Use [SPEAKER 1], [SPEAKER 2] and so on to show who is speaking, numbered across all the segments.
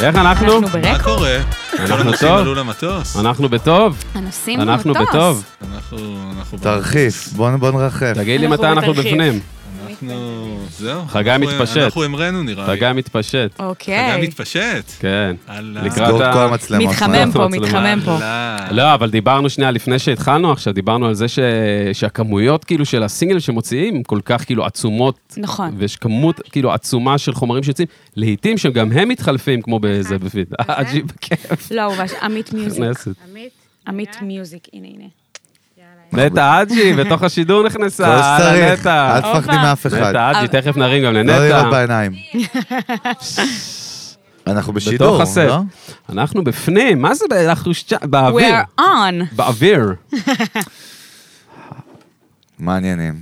[SPEAKER 1] איך אנחנו?
[SPEAKER 2] אנחנו
[SPEAKER 3] מה
[SPEAKER 2] ברקורד.
[SPEAKER 3] קורה? כל
[SPEAKER 1] אנחנו
[SPEAKER 3] הנוסעים
[SPEAKER 1] טוב?
[SPEAKER 3] עלו למטוס.
[SPEAKER 1] אנחנו בטוב?
[SPEAKER 2] הנוסעים
[SPEAKER 1] אנחנו
[SPEAKER 2] במטוס.
[SPEAKER 1] בטוב.
[SPEAKER 3] אנחנו... אנחנו...
[SPEAKER 4] תרחיס, בוא בוא נרחף.
[SPEAKER 1] תגיד לי
[SPEAKER 2] אנחנו
[SPEAKER 1] מתי אנחנו
[SPEAKER 2] בתרחיש.
[SPEAKER 1] בפנים.
[SPEAKER 3] אנחנו... זהו.
[SPEAKER 1] חגי
[SPEAKER 3] אנחנו-
[SPEAKER 1] מתפשט.
[SPEAKER 3] אנחנו המראנו נראה לי.
[SPEAKER 1] אתה גם מתפשט.
[SPEAKER 3] חגי
[SPEAKER 2] אוקיי.
[SPEAKER 3] מתפשט.
[SPEAKER 1] כן.
[SPEAKER 3] אהלן.
[SPEAKER 1] לקראת
[SPEAKER 4] סגור את
[SPEAKER 1] ה-
[SPEAKER 4] כל המצלמות.
[SPEAKER 2] מתחמם
[SPEAKER 1] מצלמות,
[SPEAKER 2] פה,
[SPEAKER 1] מצלמות.
[SPEAKER 2] מתחמם פה.
[SPEAKER 3] אהלן.
[SPEAKER 1] לא, אבל דיברנו שנייה לפני שהתחלנו עכשיו, דיברנו על זה ש... שהכמויות כאילו של הסינגלים שמוציאים כל כך כאילו עצומות.
[SPEAKER 2] נכון.
[SPEAKER 1] ויש כמות כאילו עצומה של חומרים שיוצאים, לעיתים שגם הם מתחלפים כמו באיזה בפיד.
[SPEAKER 2] אוקיי.
[SPEAKER 1] אה, ג'י, בכיף.
[SPEAKER 2] לא, הוא בש- עמית מיוזיק.
[SPEAKER 1] נכנסת.
[SPEAKER 5] עמית,
[SPEAKER 2] עמית מיוזיק, הנה, הנה.
[SPEAKER 1] נטע אג'י, בתוך השידור נכנסה.
[SPEAKER 4] כל
[SPEAKER 1] אהלן,
[SPEAKER 4] שצריך,
[SPEAKER 1] לא, נטע.
[SPEAKER 4] לא אל תפחדי
[SPEAKER 2] אוקיי.
[SPEAKER 4] מאף אחד.
[SPEAKER 1] נטע אג'י, תכף נרים גם
[SPEAKER 4] לא לראות
[SPEAKER 1] לנטע.
[SPEAKER 4] בעיניים. אנחנו
[SPEAKER 1] בתוך
[SPEAKER 4] בשידור,
[SPEAKER 1] הסט.
[SPEAKER 4] לא?
[SPEAKER 1] אנחנו בפנים, מה זה ב- אנחנו ש... באוויר.
[SPEAKER 2] We're on.
[SPEAKER 1] באוויר.
[SPEAKER 4] מה העניינים?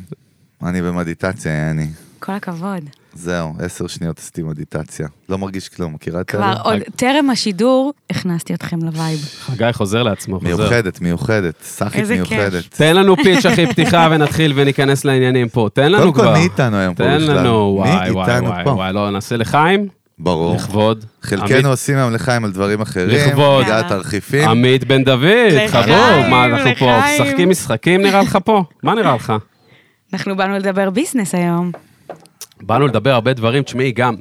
[SPEAKER 4] אני במדיטציה, אני.
[SPEAKER 2] כל הכבוד.
[SPEAKER 4] זהו, עשר שניות עשיתי מדיטציה. לא מרגיש כלום, מכירה את
[SPEAKER 2] כבר
[SPEAKER 4] האלה?
[SPEAKER 2] עוד טרם השידור, הכנסתי אתכם לווייב.
[SPEAKER 1] חגי חוזר לעצמו, חוזר.
[SPEAKER 4] מיוחדת, מיוחדת, סאחית
[SPEAKER 2] איזה כיף.
[SPEAKER 4] מיוחדת.
[SPEAKER 1] תן לנו פיץ' אחי פתיחה ונתחיל וניכנס לעניינים פה. תן לנו
[SPEAKER 4] קודם כל,
[SPEAKER 1] כבר.
[SPEAKER 4] מי איתנו היום פה
[SPEAKER 1] תן
[SPEAKER 4] בכלל?
[SPEAKER 1] לנו,
[SPEAKER 4] מי
[SPEAKER 1] וואי, וואי,
[SPEAKER 4] איתנו
[SPEAKER 1] וואי,
[SPEAKER 4] פה?
[SPEAKER 1] וואי, לא, נעשה לחיים,
[SPEAKER 4] ברור.
[SPEAKER 1] לכבוד. עמית-
[SPEAKER 4] חלקנו עושים היום לחיים על דברים אחרים.
[SPEAKER 1] לכבוד.
[SPEAKER 4] זה התרחיפים.
[SPEAKER 1] עמית בן דוד,
[SPEAKER 2] לחיים,
[SPEAKER 1] חבור, מה אנחנו פה?
[SPEAKER 2] לחיים.
[SPEAKER 1] משחקים משחקים נראה לך פה? מה נראה לך?
[SPEAKER 2] אנחנו באנו לדבר ביזנס היום.
[SPEAKER 1] כן, באנו לדבר הרבה דברים, תשמעי, גם,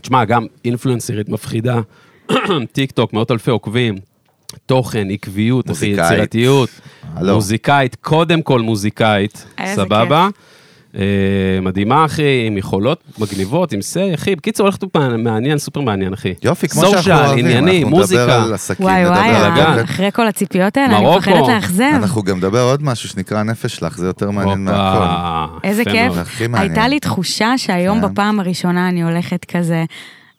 [SPEAKER 1] תשמע, גם אינפלואנסרית מפחידה, טיק טוק, מאות אלפי עוקבים, תוכן, עקביות, אחי,
[SPEAKER 4] מוזיקאית.
[SPEAKER 1] יצירתיות,
[SPEAKER 4] הלו.
[SPEAKER 1] מוזיקאית, קודם כל מוזיקאית,
[SPEAKER 2] איזה
[SPEAKER 1] סבבה? אה, מדהימה, אחי, עם יכולות מגניבות, עם סיי, אחי. בקיצור, הולכת מעניין, סופר מעניין, אחי.
[SPEAKER 4] יופי, כמו שאנחנו
[SPEAKER 1] סושיאל,
[SPEAKER 4] אוהבים.
[SPEAKER 1] עניינים,
[SPEAKER 4] אנחנו נדבר
[SPEAKER 1] מוזיקה.
[SPEAKER 4] על עסקים,
[SPEAKER 2] וואי
[SPEAKER 4] נדבר
[SPEAKER 2] וואי,
[SPEAKER 4] על
[SPEAKER 1] הבלגן.
[SPEAKER 4] הטאבלט.
[SPEAKER 2] אחרי כל הציפיות האלה, אני
[SPEAKER 1] מרוקו.
[SPEAKER 2] מפחדת לאכזב.
[SPEAKER 4] אנחנו גם נדבר עוד משהו שנקרא נפש שלך, זה יותר מעניין מהכל.
[SPEAKER 1] הופה,
[SPEAKER 2] איזה
[SPEAKER 1] יפה
[SPEAKER 2] כיף.
[SPEAKER 1] מאוד.
[SPEAKER 4] זה הכי מעניין.
[SPEAKER 2] הייתה לי תחושה שהיום
[SPEAKER 4] כן.
[SPEAKER 2] בפעם הראשונה אני הולכת כזה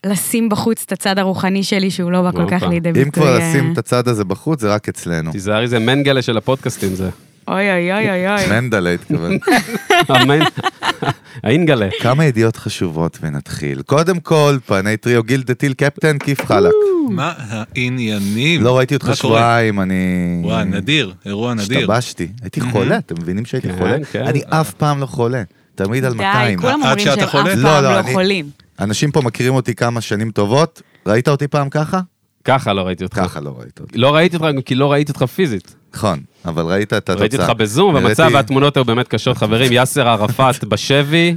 [SPEAKER 2] לשים בחוץ את הצד הרוחני שלי, שהוא לא בא כל כך
[SPEAKER 1] הופה.
[SPEAKER 2] לידי ביטוי.
[SPEAKER 4] אם כבר
[SPEAKER 2] אה,
[SPEAKER 4] לשים את הצד הזה בחוץ, זה רק אצלנו.
[SPEAKER 1] תיזהרי, זה מנגלה של הפודקאסטים זה.
[SPEAKER 2] אוי אוי אוי אוי אוי.
[SPEAKER 4] מנדלה התכוון.
[SPEAKER 1] המנ- האינגלה.
[SPEAKER 4] כמה ידיעות חשובות ונתחיל. קדם כל, פני טריו גיל דה טיל קפטן כיף חלק.
[SPEAKER 3] מה העניינים?
[SPEAKER 4] לא ראיתי אותך
[SPEAKER 3] מה קורה?
[SPEAKER 4] שבועיים, אני...
[SPEAKER 3] וואי, נדיר, אירוע נדיר.
[SPEAKER 4] השתבשתי. הייתי חולה, אתם מבינים שהייתי
[SPEAKER 1] כן,
[SPEAKER 4] חולה?
[SPEAKER 1] כן.
[SPEAKER 4] אני אף פעם לא חולה. תמיד על 200.
[SPEAKER 2] די, כולם
[SPEAKER 3] עד
[SPEAKER 2] אומרים
[SPEAKER 3] שאתה
[SPEAKER 2] שהם אף
[SPEAKER 3] חולה?
[SPEAKER 2] פעם
[SPEAKER 4] לא, לא,
[SPEAKER 2] לא
[SPEAKER 4] אני-
[SPEAKER 2] חולים.
[SPEAKER 4] אנשים פה מכירים אותי כמה שנים טובות. ראית אותי פעם ככה?
[SPEAKER 1] ככה לא ראיתי אותך.
[SPEAKER 4] ככה לא ראית אותי.
[SPEAKER 1] לא ראיתי אותך גם כי לא ראיתי אותך פיזית.
[SPEAKER 4] נכון, אבל ראית את התוצאה.
[SPEAKER 1] ראיתי אותך בזום, והמצב
[SPEAKER 4] הראיתי-
[SPEAKER 1] והתמונות היו באמת קשות, חברים. יאסר ערפאת בשבי.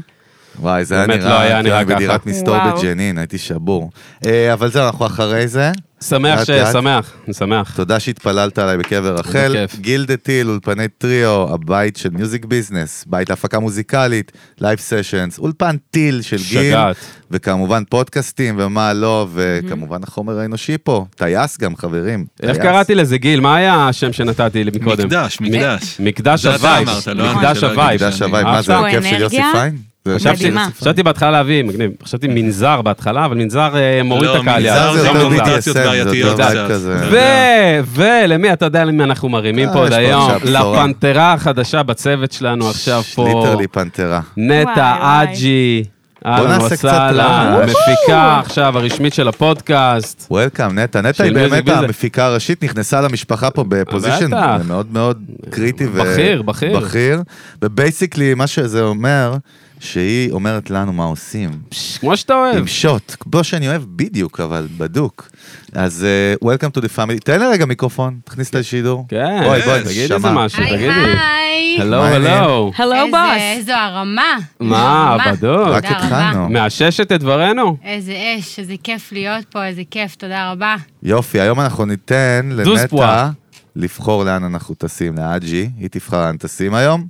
[SPEAKER 4] וואי, זה היה
[SPEAKER 1] באמת
[SPEAKER 4] נראה,
[SPEAKER 1] לא היה נראה
[SPEAKER 4] הייתי בדירת
[SPEAKER 1] ככה.
[SPEAKER 4] מסתור
[SPEAKER 2] וואו.
[SPEAKER 4] בג'נין, הייתי שבור. אה, אבל זהו, אנחנו אחרי זה.
[SPEAKER 1] שמח
[SPEAKER 4] לאט
[SPEAKER 1] ש...
[SPEAKER 4] לאט.
[SPEAKER 1] שמח, אני שמח.
[SPEAKER 4] תודה שהתפללת עליי בקבר רחל.
[SPEAKER 1] בכיף.
[SPEAKER 4] גיל דה טיל, אולפני טריו, הבית של מיוזיק ביזנס, בית להפקה מוזיקלית, לייב סשנס, אולפן טיל של גיל.
[SPEAKER 1] שגעת.
[SPEAKER 4] וכמובן פודקאסטים ומה לא, וכמובן החומר האנושי פה. טייס גם, חברים.
[SPEAKER 1] איך
[SPEAKER 4] טייס.
[SPEAKER 1] קראתי לזה, גיל? מה היה השם שנתתי לי מקודם?
[SPEAKER 3] מקדש, מקדש.
[SPEAKER 1] מ- מקדש
[SPEAKER 3] זה אתה
[SPEAKER 1] הווייב.
[SPEAKER 3] אמרת, לא אמרתי,
[SPEAKER 1] מקדש
[SPEAKER 3] לא
[SPEAKER 1] הווייב.
[SPEAKER 3] הגיל
[SPEAKER 4] מקדש הוואי, מה
[SPEAKER 1] אהבת?
[SPEAKER 4] זה,
[SPEAKER 2] פה
[SPEAKER 4] הכיף של
[SPEAKER 2] אנרגיה?
[SPEAKER 4] יוסי פיין? זה
[SPEAKER 1] חשבתי-
[SPEAKER 4] הכיף של
[SPEAKER 2] מדהימה.
[SPEAKER 4] יוסי פיין.
[SPEAKER 1] חשבתי בהתחלה להביא, מגניב. חשבתי מנזר בהתחלה, אבל מנזר
[SPEAKER 3] לא,
[SPEAKER 1] אה, מוריד את הקהלייה.
[SPEAKER 4] מנזר זה
[SPEAKER 1] לא
[SPEAKER 4] יותר
[SPEAKER 1] מנזר.
[SPEAKER 4] BDSM,
[SPEAKER 3] קונוטציות
[SPEAKER 4] זה
[SPEAKER 3] בעייתיות
[SPEAKER 4] יותר
[SPEAKER 3] קצת.
[SPEAKER 4] כזה.
[SPEAKER 3] אתה
[SPEAKER 1] ו...
[SPEAKER 3] יודע.
[SPEAKER 1] ולמי אתה יודע למי אנחנו מרימים
[SPEAKER 4] אה,
[SPEAKER 1] פה
[SPEAKER 4] יש
[SPEAKER 1] עוד
[SPEAKER 4] פה
[SPEAKER 1] היום?
[SPEAKER 4] עכשיו בשורה.
[SPEAKER 1] לפנתרה החדשה בצוות שלנו עכשיו פה.
[SPEAKER 4] ליטרלי פנתרה.
[SPEAKER 1] נטע
[SPEAKER 2] וואי, וואי.
[SPEAKER 1] אג'י. אהלן
[SPEAKER 4] נעשה קצת
[SPEAKER 1] וסהלן,
[SPEAKER 4] רעש.
[SPEAKER 1] מפיקה עכשיו הרשמית של הפודקאסט.
[SPEAKER 4] וולקאם, נטע. נטע
[SPEAKER 1] של
[SPEAKER 4] היא באמת
[SPEAKER 1] מיוזיק ביזנס.
[SPEAKER 4] המפיקה הראשית, נכנסה למשפחה פה בפוזיישן
[SPEAKER 1] בטח.
[SPEAKER 4] מאוד מאוד קריטי. ו-
[SPEAKER 1] בכיר, בכיר.
[SPEAKER 4] בכיר. ובייסיקלי, מה שזה אומר, שהיא אומרת לנו מה עושים.
[SPEAKER 1] כמו שאתה אוהב.
[SPEAKER 4] עם שוט, כמו שאני אוהב בדיוק, אבל בדוק. אז אה, Welcome to the family, תן לי רגע מיקרופון, תכניס את השידור.
[SPEAKER 1] כן,
[SPEAKER 4] אוי, בואי,
[SPEAKER 1] תגיד
[SPEAKER 4] נשמה.
[SPEAKER 1] איזה משהו,
[SPEAKER 5] היי
[SPEAKER 1] תגידי.
[SPEAKER 5] היי.
[SPEAKER 1] הלו,
[SPEAKER 4] מה העניינים?
[SPEAKER 1] הלו.
[SPEAKER 2] הלו
[SPEAKER 5] איזה-
[SPEAKER 2] בוס.
[SPEAKER 5] איזו הרמה.
[SPEAKER 1] מה,
[SPEAKER 5] הרמה.
[SPEAKER 1] בדוק.
[SPEAKER 4] רק
[SPEAKER 5] תודה רבה.
[SPEAKER 4] התחלנו.
[SPEAKER 1] מאששת את דברנו?
[SPEAKER 5] איזה אש, איזה כיף להיות פה, איזה כיף, תודה רבה.
[SPEAKER 4] יופי, היום אנחנו ניתן
[SPEAKER 1] דוספואה.
[SPEAKER 4] לנטע לבחור לאן אנחנו טסים, לאג'י, היא תבחר לאן טסים היום.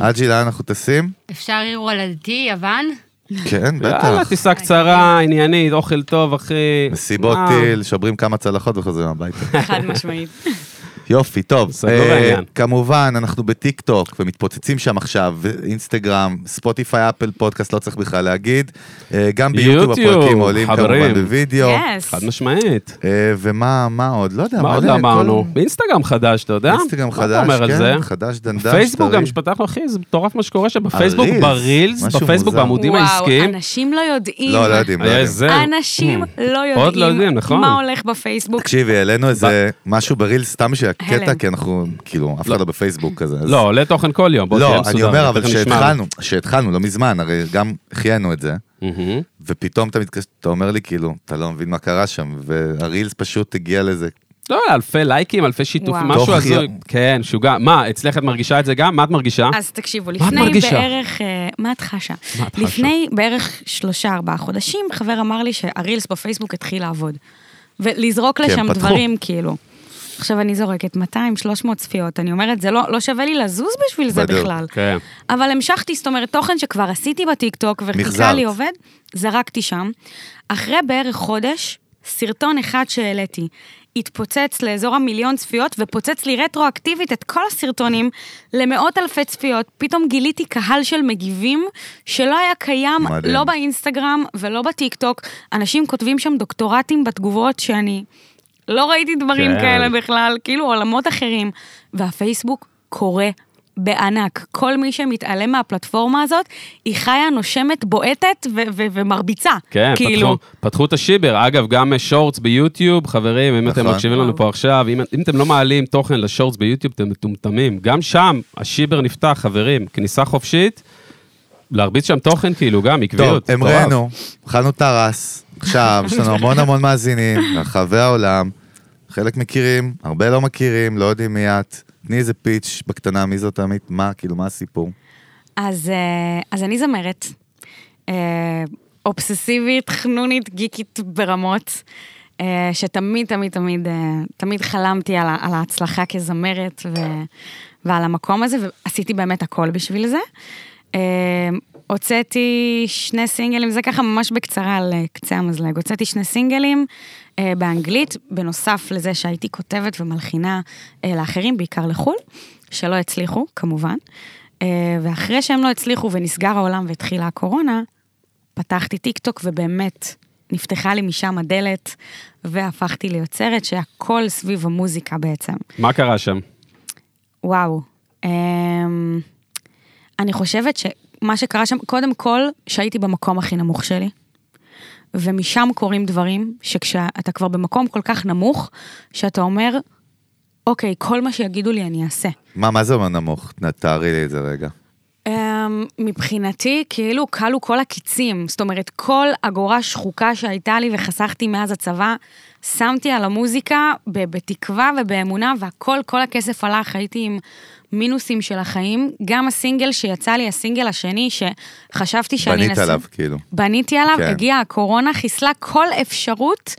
[SPEAKER 4] אג'י, לאן אנחנו טסים?
[SPEAKER 5] אפשר עיר הולדתי, יוון?
[SPEAKER 4] כן,
[SPEAKER 1] יאללה,
[SPEAKER 4] בטח.
[SPEAKER 1] טיסה קצרה, עניינית, אוכל טוב, אחי.
[SPEAKER 4] מסיבות
[SPEAKER 1] וואו.
[SPEAKER 4] טיל, שברים כמה צלחות וחוזרים הביתה.
[SPEAKER 2] חד משמעית.
[SPEAKER 4] יופי, טוב.
[SPEAKER 1] סגור
[SPEAKER 4] אה,
[SPEAKER 1] העניין.
[SPEAKER 4] כמובן, אנחנו בטיק טוק ומתפוצצים שם עכשיו, אינסטגרם, ספוטיפיי, אפל, פודקאסט, לא צריך בכלל להגיד. אה, גם ביוטיוב
[SPEAKER 1] יוטיוב,
[SPEAKER 4] הפרקים עולים
[SPEAKER 1] חברים.
[SPEAKER 4] כמובן בווידאו.
[SPEAKER 2] יס.
[SPEAKER 1] חד משמעית.
[SPEAKER 4] אה, ומה מה עוד? לא יודע.
[SPEAKER 1] מה עוד
[SPEAKER 4] זה,
[SPEAKER 1] אמרנו?
[SPEAKER 4] כל-
[SPEAKER 1] אינסטגרם חדש, אתה יודע?
[SPEAKER 4] אינסטגרם
[SPEAKER 1] מה אתה
[SPEAKER 4] חדש,
[SPEAKER 1] אומר על זה?
[SPEAKER 4] כן, חדש דנדש.
[SPEAKER 1] פייסבוק גם
[SPEAKER 4] טרי.
[SPEAKER 1] שפתחנו, אחי, זה מטורף מה שקורה שם. בפייסבוק,
[SPEAKER 4] הרילס,
[SPEAKER 1] ברילס,
[SPEAKER 4] משהו
[SPEAKER 1] בפייסבוק,
[SPEAKER 4] מוזר.
[SPEAKER 1] בעמודים
[SPEAKER 2] וואו,
[SPEAKER 1] העסקיים.
[SPEAKER 2] אנשים לא יודעים.
[SPEAKER 4] לא, לא יודעים, לא
[SPEAKER 1] היה
[SPEAKER 4] יודעים.
[SPEAKER 1] זה.
[SPEAKER 2] אנשים לא
[SPEAKER 1] עוד לא יודעים,
[SPEAKER 2] יודעים
[SPEAKER 1] נכון.
[SPEAKER 2] מה הולך בפייסבוק.
[SPEAKER 4] תקשיבי, העלינו איזה משהו בריל סתם של הקטע,
[SPEAKER 2] הלם.
[SPEAKER 4] כי אנחנו, כאילו, אף אחד לא בפייסוק כזה. אז-
[SPEAKER 1] לא, עולה תוכן כל יום, בוא תהיה
[SPEAKER 4] לא,
[SPEAKER 1] מסודר.
[SPEAKER 4] אני אומר, אבל
[SPEAKER 1] תכף נשמע.
[SPEAKER 4] שהתחלנו, שהתחלנו, לא מזמן, הרי גם החיינו את זה.
[SPEAKER 1] מהמם.
[SPEAKER 4] ופתאום אתה מתקשר, אתה אומר לי כאילו, אתה לא מבין מה קרה שם, והרילס פשוט הגיע לזה.
[SPEAKER 1] לא, אלפי לייקים, אלפי שיתופים,
[SPEAKER 2] וואו.
[SPEAKER 1] משהו
[SPEAKER 4] תוך
[SPEAKER 1] הזוי.
[SPEAKER 4] יום.
[SPEAKER 1] כן, שוגע. מה, אצלך את מרגישה את זה גם? מה את מרגישה?
[SPEAKER 2] אז תקשיבו,
[SPEAKER 1] את
[SPEAKER 2] לפני
[SPEAKER 1] מרגישה?
[SPEAKER 2] בערך... אה, מה את חשה?
[SPEAKER 1] מה את חשה?
[SPEAKER 2] לפני בערך שלושה, ארבעה חודשים, חבר אמר לי שהרילס בפייסבוק התחיל לעבוד. ולזרוק
[SPEAKER 4] הם
[SPEAKER 2] לשם
[SPEAKER 4] כן, פתחו.
[SPEAKER 2] דברים, כאילו. עכשיו אני זורקת 200, 300 צפיות, אני אומרת, זה לא, לא שווה לי לזוז בשביל זה
[SPEAKER 4] בדיוק,
[SPEAKER 2] בכלל.
[SPEAKER 1] כן.
[SPEAKER 2] אבל המשכתי, זאת אומרת, תוכן שכבר עשיתי בטיקטוק וחיכה
[SPEAKER 4] מחזרת.
[SPEAKER 2] לי עובד, זרקתי שם. אחרי בערך חודש, סרטון אחד שהעליתי התפוצץ לאזור המיליון צפיות ופוצץ לי רטרואקטיבית את כל הסרטונים למאות אלפי צפיות. פתאום גיליתי קהל של מגיבים שלא היה קיים,
[SPEAKER 4] מדהים.
[SPEAKER 2] לא באינסטגרם ולא בטיקטוק. אנשים כותבים שם דוקטורטים בתגובות שאני לא ראיתי דברים
[SPEAKER 1] כן.
[SPEAKER 2] כן. כאלה בכלל, כאילו עולמות אחרים. והפייסבוק קורא בענק. כל מי שמתעלם מהפלטפורמה הזאת, היא חיה, נושמת, בועטת ו- ו- ומרביצה.
[SPEAKER 1] כן,
[SPEAKER 2] כאילו.
[SPEAKER 1] פתחו, פתחו את השיבר. אגב, גם אה, שורטס ביוטיוב, חברים, אם אתם
[SPEAKER 4] נכון.
[SPEAKER 1] מקשיבים לנו פה עכשיו, אם, אם אתם לא מעלים תוכן לשורטס ביוטיוב, אתם מטומטמים. גם שם השיבר נפתח, חברים, כניסה חופשית, להרביץ שם תוכן, כאילו, גם
[SPEAKER 4] טוב,
[SPEAKER 1] עקביות. מטורף.
[SPEAKER 4] אמרנו, אכלנו טרס, עכשיו, יש לנו המון המון מאזינים, רחבי העולם, חלק מכירים, הרבה לא מכירים, לא יודעים מי את. תני איזה פיץ' בקטנה, מי זאת עמית, מה, כאילו, מה הסיפור?
[SPEAKER 2] אז, אה, אז אני זמרת, אה, אובססיבית, חנונית, גיקית ברמות, אה, שתמיד, תמיד, תמיד, אה, תמיד חלמתי על, ה- על ההצלחה כזמרת ו, ועל המקום הזה, ועשיתי באמת הכל בשביל זה. אה, הוצאתי שני סינגלים, זה ככה ממש בקצרה על אה, קצה המזלג. הוצאתי שני סינגלים אה, באנגלית, בנוסף לזה שהייתי כותבת ומלחינה אה, לאחרים, בעיקר לחו"ל, שלא הצליחו, כמובן. אה, ואחרי שהם לא הצליחו ונסגר העולם והתחילה הקורונה, פתחתי טיקטוק ובאמת נפתחה לי משם הדלת, והפכתי ליוצרת שהכל סביב המוזיקה בעצם.
[SPEAKER 1] מה קרה שם?
[SPEAKER 2] וואו. אמ, אני חושבת שמה שקרה שם, קודם כל, שהייתי במקום הכי נמוך שלי. ומשם קורים דברים שכשאתה כבר במקום כל כך נמוך, שאתה אומר, אוקיי, כל מה שיגידו לי אני אעשה.
[SPEAKER 4] מה, מה זה אומר נמוך? תארי לי את זה רגע.
[SPEAKER 2] Um, מבחינתי, כאילו כלו כל הקיצים. זאת אומרת, כל אגורה שחוקה שהייתה לי וחסכתי מאז הצבא, שמתי על המוזיקה ב- בתקווה ובאמונה, והכל, כל הכסף הלך, הייתי עם מינוסים של החיים. גם הסינגל שיצא לי, הסינגל השני, שחשבתי שאני...
[SPEAKER 4] בנית
[SPEAKER 2] אנסה-
[SPEAKER 4] עליו, כאילו.
[SPEAKER 2] בניתי עליו,
[SPEAKER 4] כן.
[SPEAKER 2] כן. הגיעה הקורונה, חיסלה כל אפשרות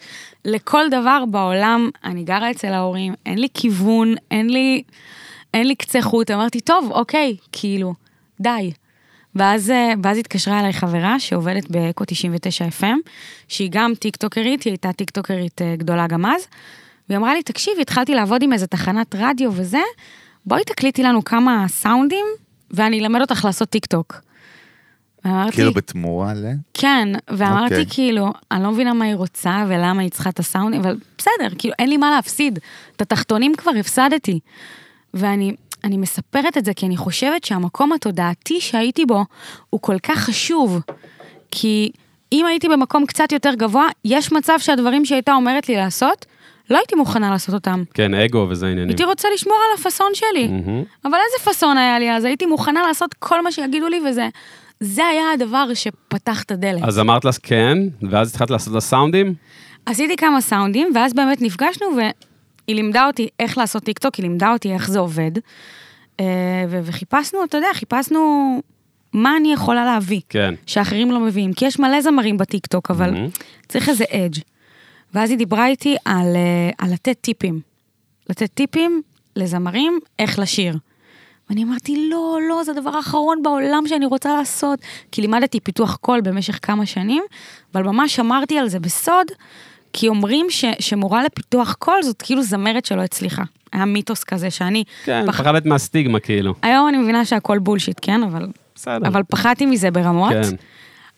[SPEAKER 2] לכל דבר בעולם. אני גרה אצל ההורים, אין לי כיוון, אין לי, אין לי קצה חוט. אמרתי, טוב, אוקיי, כאילו, די. ואז, אה, ואז התקשרה אליי חברה שעובדת באקו 99 FM, שהיא גם טיקטוקרית, היא הייתה טיקטוקרית אה, גדולה גם אז, והיא אמרה לי, תקשיבי, התחלתי לעבוד עם איזה תחנת רדיו וזה, בואי תקליטי לנו כמה סאונדים, ואני אלמד אותך לעשות טיקטוק. ואמרתי,
[SPEAKER 4] כאילו בתמורה ל...
[SPEAKER 1] אוקיי.
[SPEAKER 2] כן, ואמרתי
[SPEAKER 4] אוקיי.
[SPEAKER 2] okay. כאילו, אני לא מבינה מה היא רוצה ולמה היא צריכה את הסאונד, אבל בסדר, כאילו, אין לי מה להפסיד. את התחתונים כבר הפסדתי. ואני אני מספרת את זה כי אני חושבת שהמקום התודעתי שהייתי בו הוא כל כך חשוב. כי אם הייתי במקום קצת יותר גבוה, יש מצב שהדברים שהיא הייתה אומרת לי לעשות, לא הייתי מוכנה לעשות אותם.
[SPEAKER 1] כן, אגו וזה עניינים.
[SPEAKER 2] הייתי רוצה לשמור על הפאסון שלי.
[SPEAKER 1] מהמם.
[SPEAKER 2] אבל איזה פאסון היה לי אז? הייתי מוכנה לעשות כל מה שיגידו לי, וזה... זה היה הדבר שפתח את הדלת.
[SPEAKER 1] אז אמרת לה כן, ואז התחלת לעשות לה סאונדים?
[SPEAKER 2] עשיתי כמה סאונדים, ואז באמת נפגשנו, והיא לימדה אותי איך לעשות טיקטוק, היא לימדה אותי איך זה עובד. אה, ו- וחיפשנו, אתה יודע, חיפשנו מה אני יכולה להביא,
[SPEAKER 1] כן.
[SPEAKER 2] שאחרים לא מביאים, כי יש מלא זמרים בטיקטוק, אבל
[SPEAKER 1] מהמם.
[SPEAKER 2] צריך איזה אדג'. ואז היא דיברה איתי על, אה, על לתת טיפים. לתת טיפים לזמרים איך לשיר. ואני אמרתי, לא, לא, זה הדבר האחרון בעולם שאני רוצה לעשות. כי לימדתי פיתוח קול במשך כמה שנים, אבל ממש שמרתי על זה בסוד, כי אומרים ש, שמורה לפיתוח קול זאת כאילו זמרת שלא הצליחה. היה מיתוס כזה שאני...
[SPEAKER 1] כן,
[SPEAKER 2] פח-
[SPEAKER 1] פחדת מהסטיגמה, כאילו.
[SPEAKER 2] היום אני מבינה שהכל בולשיט, כן? אבל...
[SPEAKER 1] בסדר.
[SPEAKER 2] אבל פחדתי מזה ברמות.
[SPEAKER 1] כן.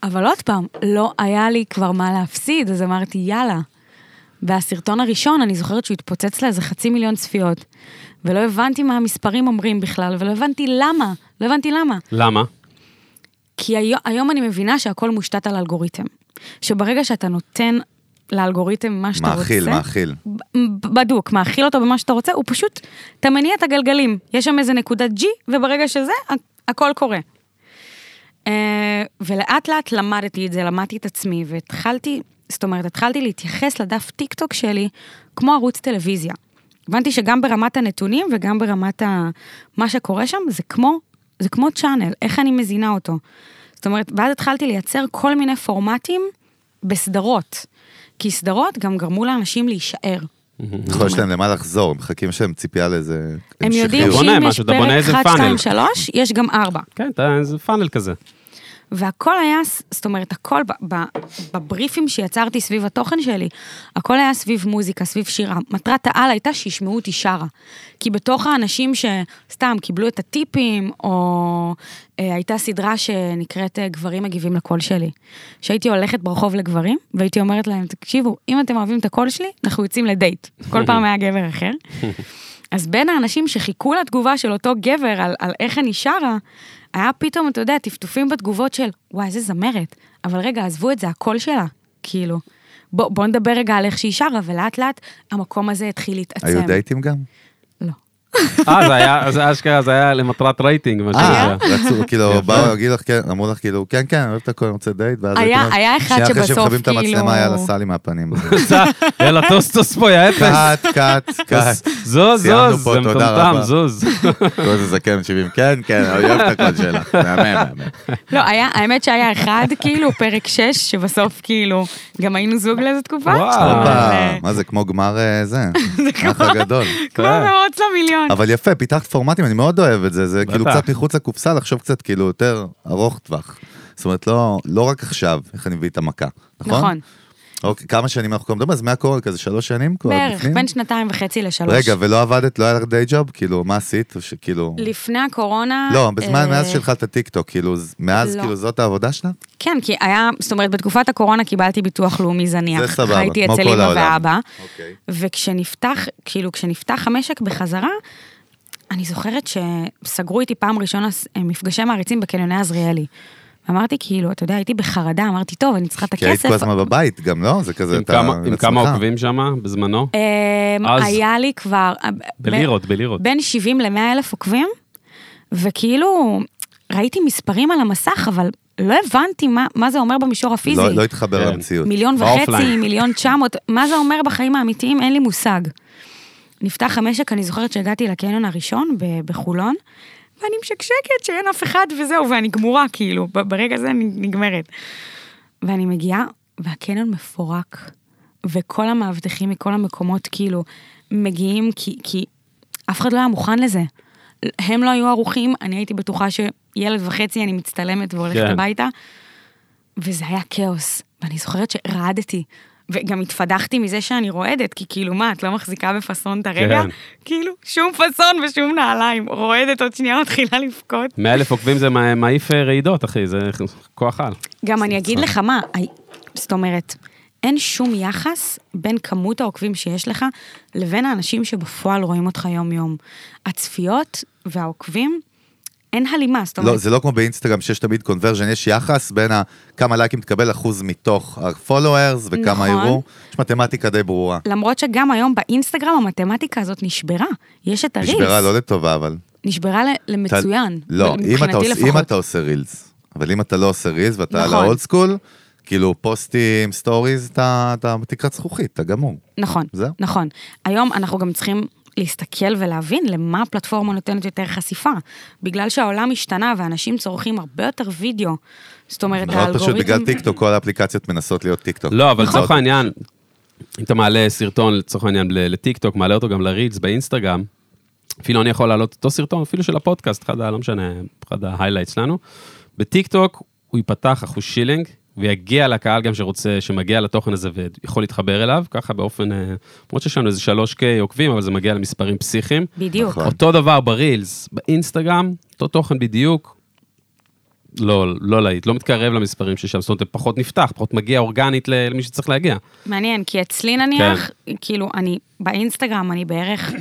[SPEAKER 2] אבל עוד פעם, לא היה לי כבר מה להפסיד, אז אמרתי, יאללה. והסרטון הראשון, אני זוכרת שהוא התפוצץ לאיזה חצי מיליון צפיות. ולא הבנתי מה המספרים אומרים בכלל, ולא הבנתי למה. לא הבנתי למה.
[SPEAKER 1] למה?
[SPEAKER 2] כי היום, היום אני מבינה שהכל מושתת על אלגוריתם. שברגע שאתה נותן לאלגוריתם מה שאתה
[SPEAKER 4] מאכיל,
[SPEAKER 2] רוצה...
[SPEAKER 4] מאכיל.
[SPEAKER 2] ב- בדוק, מאכיל אותו במה שאתה רוצה, הוא פשוט, אתה מניע את הגלגלים. יש שם איזה נקודת G, וברגע שזה, ה- הכל קורה. אה, ולאט לאט למדתי את זה, למדתי את עצמי, והתחלתי, זאת אומרת, התחלתי להתייחס לדף טיקטוק שלי כמו ערוץ טלוויזיה. הבנתי שגם ברמת הנתונים וגם ברמת ה... מה שקורה שם, זה כמו, זה כמו צ'אנל, איך אני מזינה אותו. זאת אומרת, ואז התחלתי לייצר כל מיני פורמטים בסדרות. כי סדרות גם גרמו לאנשים להישאר.
[SPEAKER 4] נכון, יש להם למה לחזור, הם מחכים שהם ציפייה לאיזה...
[SPEAKER 2] הם יודעים
[SPEAKER 4] המשכיות.
[SPEAKER 1] בוא נראה
[SPEAKER 2] שאם יש
[SPEAKER 1] משהו, אתה בונה
[SPEAKER 2] פרק
[SPEAKER 1] איזה
[SPEAKER 2] 1,
[SPEAKER 1] פאנל.
[SPEAKER 2] 2, 3, יש גם 4.
[SPEAKER 1] כן, אתה- זה פאנל כזה.
[SPEAKER 2] והכל היה, זאת אומרת, הכל ב- ב- בבריפים שיצרתי סביב התוכן שלי, הכל היה סביב מוזיקה, סביב שירה. מטרת העל הייתה שישמעו אותי שרה. כי בתוך האנשים שסתם קיבלו את הטיפים, או אה, הייתה סדרה שנקראת אה, גברים מגיבים לקול שלי. שהייתי הולכת ברחוב לגברים, והייתי אומרת להם, תקשיבו, אם אתם אוהבים את הקול שלי, אנחנו יוצאים לדייט. כל פעם היה גבר אחר. אז בין האנשים שחיכו לתגובה של אותו גבר על, על איך אני שרה, היה פתאום, אתה יודע, טפטופים בתגובות של, וואי, איזה זמרת. אבל רגע, עזבו את זה, הקול שלה, כאילו. בוא, בוא נדבר רגע על איך שהיא שרה, ולאט לאט המקום הזה התחיל להתעצם.
[SPEAKER 4] היו דייטים גם?
[SPEAKER 2] לא.
[SPEAKER 1] אה, זה היה, זה אשכרה, זה היה למטרת רייטינג, מה שזה.
[SPEAKER 4] אה, רצו, כאילו, באו להגיד לך, כן, אמרו לך, כאילו, כן, כן, אני אוהב את הכול, אני רוצה דייט, ואז...
[SPEAKER 2] היה-
[SPEAKER 4] הייתם אומרת,
[SPEAKER 2] היה אחד
[SPEAKER 4] שנייה אחרי
[SPEAKER 2] שבסוף,
[SPEAKER 4] שמכבים את
[SPEAKER 2] כאילו-
[SPEAKER 4] המצלמה, יאללה, סע לי מהפנים.
[SPEAKER 1] יאללה, טוס, טוס פה, יא אפס.
[SPEAKER 4] קאט, קאט, קאט.
[SPEAKER 1] זוז,
[SPEAKER 4] אה, סיימנו
[SPEAKER 1] זוז,
[SPEAKER 4] פה,
[SPEAKER 1] זה
[SPEAKER 4] תודה
[SPEAKER 1] מטומטם,
[SPEAKER 4] רבה.
[SPEAKER 1] זוז.
[SPEAKER 4] כל איזה זקן 70, כן, כן, אני אוהב את הקול שלך, מהמם, מהמם.
[SPEAKER 2] לא, היה, האמת שהיה אחד, כאילו, פרק 6, שבסוף, כאילו, גם היינו זוג לאיזו תקופה.
[SPEAKER 1] וואו.
[SPEAKER 2] אבל,
[SPEAKER 4] הופה,
[SPEAKER 2] אה,
[SPEAKER 4] מה זה, כמו גמר אה, זה, האח הגדול.
[SPEAKER 2] כמו מרוץ למיליון.
[SPEAKER 4] אבל יפה, פיתחת פורמטים, אני מאוד אוהב את זה, זה כאילו
[SPEAKER 1] בטח.
[SPEAKER 4] קצת מחוץ לקופסה, לחשוב קצת כאילו יותר ארוך טווח. זאת אומרת, לא, לא רק עכשיו, איך אני מביא את המכה, נכון?
[SPEAKER 2] נכון.
[SPEAKER 4] אוקיי, כמה שנים אנחנו כבר מדברים? אז מהקורונה כזה שלוש שנים כבר?
[SPEAKER 2] בערך,
[SPEAKER 4] לא, בפנים?
[SPEAKER 2] בין שנתיים וחצי לשלוש.
[SPEAKER 4] רגע, ולא עבדת? לא היה לך די ג'וב? כאילו, מה עשית? או שכאילו...
[SPEAKER 2] לפני הקורונה...
[SPEAKER 4] לא, בזמן,
[SPEAKER 2] אה,
[SPEAKER 4] מאז שהתחלת טיקטוק, כאילו, ז- מאז,
[SPEAKER 2] לא.
[SPEAKER 4] כאילו, זאת העבודה שלך?
[SPEAKER 2] כן, כי היה, זאת אומרת, בתקופת הקורונה קיבלתי ביטוח לאומי זניח.
[SPEAKER 4] זה סבבה,
[SPEAKER 2] הייתי
[SPEAKER 4] כמו
[SPEAKER 2] אצל
[SPEAKER 4] כל
[SPEAKER 2] אמא
[SPEAKER 4] העולם.
[SPEAKER 2] ואבא.
[SPEAKER 4] אוקיי.
[SPEAKER 2] וכשנפתח, כאילו, כשנפתח המשק בחזרה, אני זוכרת שסגרו איתי פעם ראשונה ס- מפגשי מעריצים בקניוני עזריאלי. אמרתי, כאילו, אתה יודע, הייתי בחרדה, אמרתי, טוב, אני צריכה את
[SPEAKER 4] כי היית
[SPEAKER 2] הכסף.
[SPEAKER 4] כל הזמן בבית גם, לא? זה כזה,
[SPEAKER 1] עם
[SPEAKER 4] אתה...
[SPEAKER 1] כמה- עם כמה
[SPEAKER 4] לעצמך.
[SPEAKER 1] עוקבים שם בזמנו?
[SPEAKER 2] אמ,
[SPEAKER 1] אז.
[SPEAKER 2] היה לי כבר... אה,
[SPEAKER 1] בלירות, בלירות.
[SPEAKER 2] בין 70 ל-100 אלף עוקבים, וכאילו, ראיתי מספרים על המסך, אבל לא הבנתי מה, מה זה אומר במישור הפיזי.
[SPEAKER 4] לא לא התחבר
[SPEAKER 1] כן.
[SPEAKER 4] למציאות.
[SPEAKER 2] מיליון וחצי,
[SPEAKER 1] באופליין.
[SPEAKER 2] מיליון תשע מאות, מה זה אומר בחיים האמיתיים? אין לי מושג. נפתח המשק, אני זוכרת שהגעתי לקניון הראשון ב- בחולון, ואני משקשקת שאין אף אחד וזהו, ואני גמורה כאילו, ב- ברגע זה אני נגמרת. ואני מגיעה, והקניון מפורק, וכל המאבטחים מכל המקומות כאילו מגיעים, כי, כי אף אחד לא היה מוכן לזה. הם לא היו ערוכים, אני הייתי בטוחה שילד וחצי אני מצטלמת והולכת
[SPEAKER 1] כן.
[SPEAKER 2] כן. הביתה. וזה היה כאוס, ואני זוכרת שרעדתי. וגם התפדחתי מזה שאני רועדת, כי כאילו מה, את לא מחזיקה בפאסון את הרגע?
[SPEAKER 1] כן.
[SPEAKER 2] כן. כאילו, שום פאסון ושום נעליים. רועדת עוד שנייה, מתחילה לבכות.
[SPEAKER 1] 100 אלף עוקבים זה מע- מעיף אה, רעידות, אחי, זה כוח על.
[SPEAKER 2] גם אני אגיד לך מה, הי- זאת אומרת, אין שום יחס בין כמות העוקבים שיש לך לבין האנשים שבפועל רואים אותך יום-יום. הצפיות והעוקבים, אין הלימה, זאת
[SPEAKER 4] לא,
[SPEAKER 2] אומרת,
[SPEAKER 4] זה לא כמו באינסטגרם שיש תמיד קונברג'ן, יש יחס בין ה- כמה לייקים תקבל אחוז מתוך ה-followers וכמה
[SPEAKER 2] נכון.
[SPEAKER 4] יראו. יש מתמטיקה די ברורה.
[SPEAKER 2] למרות שגם היום באינסטגרם המתמטיקה הזאת נשברה. יש את הרילס.
[SPEAKER 4] נשברה לא לטובה, אבל.
[SPEAKER 2] נשברה ל-
[SPEAKER 4] אתה-
[SPEAKER 2] למצוין.
[SPEAKER 4] לא, אם אתה
[SPEAKER 2] מבחינתי
[SPEAKER 4] עוש- אם
[SPEAKER 2] לפחות.
[SPEAKER 4] אתה עושה רילס, אבל אם אתה לא עושה רילס ואתה על
[SPEAKER 2] נכון.
[SPEAKER 4] האולד סקול, כאילו פוסטים, סטוריז, אתה אתה תקרת זכוכית, אתה גמור.
[SPEAKER 2] נכון,
[SPEAKER 4] זהו.
[SPEAKER 2] נכון. היום אנחנו גם צריכים להסתכל ולהבין למה הפלטפורמה נותנת יותר חשיפה. בגלל שהעולם השתנה ואנשים צורכים הרבה יותר וידאו. זאת אומרת,
[SPEAKER 4] מאוד
[SPEAKER 2] האלגוריתם...
[SPEAKER 4] פשוט בגלל טיקטוק, כל האפליקציות מנסות להיות טיקטוק.
[SPEAKER 1] לא, אבל
[SPEAKER 4] נכון.
[SPEAKER 1] לצורך העניין, אם אתה מעלה סרטון, לצורך העניין, ל- לטיקטוק, מעלה אותו גם לרילס באינסטגרם, אפילו אני יכול להעלות אותו סרטון, אפילו של הפודקאסט, אחד ה... לא משנה, אחד ההיילייט שלנו. בטיקטוק הוא ייפתח אחוז שילינג, ויגיע לקהל גם שרוצה, שמגיע לתוכן הזה ויכול להתחבר אליו, ככה באופן... אה, למרות שיש לנו איזה 3K עוקבים, אבל זה מגיע למספרים פסיכיים.
[SPEAKER 2] בדיוק.
[SPEAKER 4] נכון.
[SPEAKER 1] אותו דבר ברילס, באינסטגרם, אותו תוכן בדיוק. לא, לא להיט, לא מתקרב למספרים ששם, זאת אומרת, זה פחות נפתח, פחות מגיע אורגנית ל- למי שצריך להגיע.
[SPEAKER 2] מעניין, כי אצלי נניח, כאילו, אני באינסטגרם, אני בערך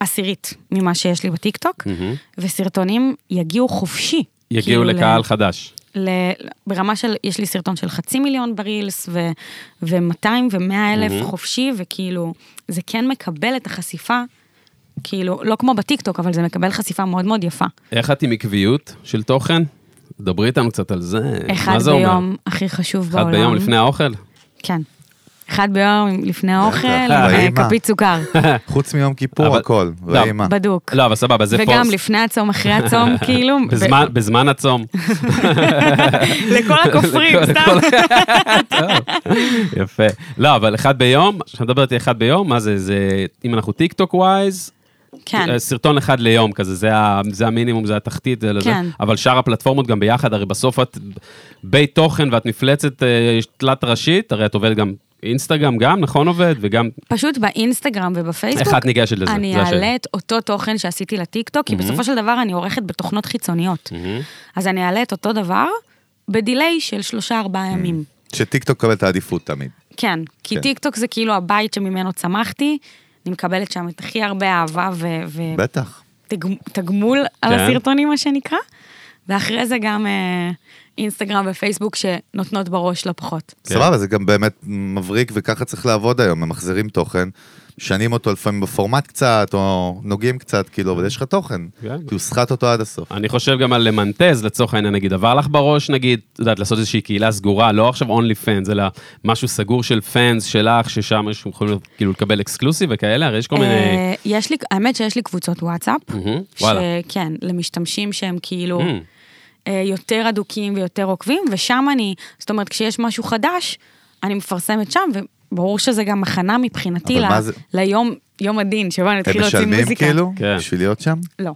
[SPEAKER 2] עשירית ממה שיש לי בטיקטוק, וסרטונים יגיעו חופשי.
[SPEAKER 1] יגיעו
[SPEAKER 2] כאילו, ל-
[SPEAKER 1] לקהל חדש.
[SPEAKER 2] ל... ברמה של, יש לי סרטון של חצי מיליון ברילס, ו... ו-200 ו-100 אלף mm-hmm. חופשי, וכאילו, זה כן מקבל את החשיפה, כאילו, לא כמו בטיקטוק, אבל זה מקבל חשיפה מאוד מאוד יפה.
[SPEAKER 1] איך את עם עקביות של תוכן? דברי איתנו קצת על זה.
[SPEAKER 2] אחד
[SPEAKER 1] כן. מה זה אומר?
[SPEAKER 2] ביום הכי חשוב
[SPEAKER 1] אחד
[SPEAKER 2] בעולם.
[SPEAKER 1] ביום לפני האוכל?
[SPEAKER 2] כן. אחד ביום לפני האוכל,
[SPEAKER 4] אבל
[SPEAKER 2] אה,
[SPEAKER 4] אימא.
[SPEAKER 2] כפית סוכר.
[SPEAKER 4] חוץ מיום כיפור,
[SPEAKER 1] אבל-
[SPEAKER 4] הכל,
[SPEAKER 1] לא,
[SPEAKER 4] ראי מה.
[SPEAKER 2] בדוק.
[SPEAKER 1] לא, אבל סבבה, זה
[SPEAKER 2] וגם
[SPEAKER 1] פוסט.
[SPEAKER 2] לפני הצום, אחרי הצום, כאילו, ב-
[SPEAKER 1] בזמן, בזמן הצום.
[SPEAKER 2] לכל הכופרים,
[SPEAKER 1] לכל-
[SPEAKER 2] סתם.
[SPEAKER 1] יפה. לא, אבל אחד ביום, כשאת מדברת אחד ביום, מה זה, זה, אם אנחנו טיק טוק ווייז,
[SPEAKER 2] כן,
[SPEAKER 1] אה, סרטון אחד ליום כזה, זה, ה, זה המינימום, זה התחתית, זה לזה.
[SPEAKER 2] כן.
[SPEAKER 1] אבל שאר הפלטפורמות גם ביחד, הרי בסוף את בית תוכן ואת מפלצת אה, תלת ראשית, הרי את עובדת גם אינסטגרם גם, נכון עובד? וגם,
[SPEAKER 2] פשוט באינסטגרם
[SPEAKER 1] איך
[SPEAKER 2] ובפייסבוק,
[SPEAKER 1] את ניגשת לזה?
[SPEAKER 2] אני
[SPEAKER 1] זה השאלה.
[SPEAKER 2] אעלה את אותו תוכן שעשיתי לטיקטוק, כי בסופו של דבר אני עורכת בתוכנות חיצוניות. אז אני אעלה את אותו דבר בדיליי של שלושה-ארבעה ימים.
[SPEAKER 4] שטיקטוק מקבל את העדיפות תמיד.
[SPEAKER 2] כן, כי
[SPEAKER 4] כן.
[SPEAKER 2] טיקטוק זה כאילו הבית שממנו צמחתי, אני מקבלת שם את הכי הרבה אהבה ו- ו-
[SPEAKER 4] בטח.
[SPEAKER 2] תגמ- תגמול על
[SPEAKER 1] כן.
[SPEAKER 2] הסרטונים, מה שנקרא, ואחרי זה גם אה, אינסטגרם ופייסבוק שנותנות בראש לא פחות.
[SPEAKER 1] כן.
[SPEAKER 4] סבבה, זה גם באמת מבריק, וככה צריך לעבוד היום, הם מחזירים תוכן, משנים אותו לפעמים בפורמט קצת, או נוגעים קצת, כאילו, אבל יש לך תוכן,
[SPEAKER 1] כן.
[SPEAKER 4] כאילו, סחט אותו עד הסוף.
[SPEAKER 1] אני חושב גם על למנטז, לצורך העניין, נגיד, עבר לך בראש, נגיד, את יודעת, לעשות איזושהי קהילה סגורה, לא עכשיו אונלי פאנס, אלא משהו סגור של פאנס שלך, ששם יש יכולים כאילו לקבל אקסקלוסיב וכאלה, הרי יש כל מיני...
[SPEAKER 2] אה, יש לי, האמת שיש לי קבוצות וואטסאפ,
[SPEAKER 1] מהמם, וואלה.
[SPEAKER 2] שכן, למשתמשים שהם כאילו
[SPEAKER 1] מהמם.
[SPEAKER 2] אה, יותר אדוקים ויותר עוקבים, ושם אני, זאת אומרת, כשיש משהו חדש, אני מפרסמת שם, וברור שזה גם הכנה מבחינתי
[SPEAKER 4] אבל
[SPEAKER 2] ל-
[SPEAKER 4] מה זה-
[SPEAKER 2] ליום יום הדין, שבו אני
[SPEAKER 4] הם
[SPEAKER 2] אתחיל להוציא
[SPEAKER 4] משלמים
[SPEAKER 2] מוזיקה.
[SPEAKER 4] כאילו,
[SPEAKER 1] כן.
[SPEAKER 4] בשביל להיות שם?
[SPEAKER 2] לא.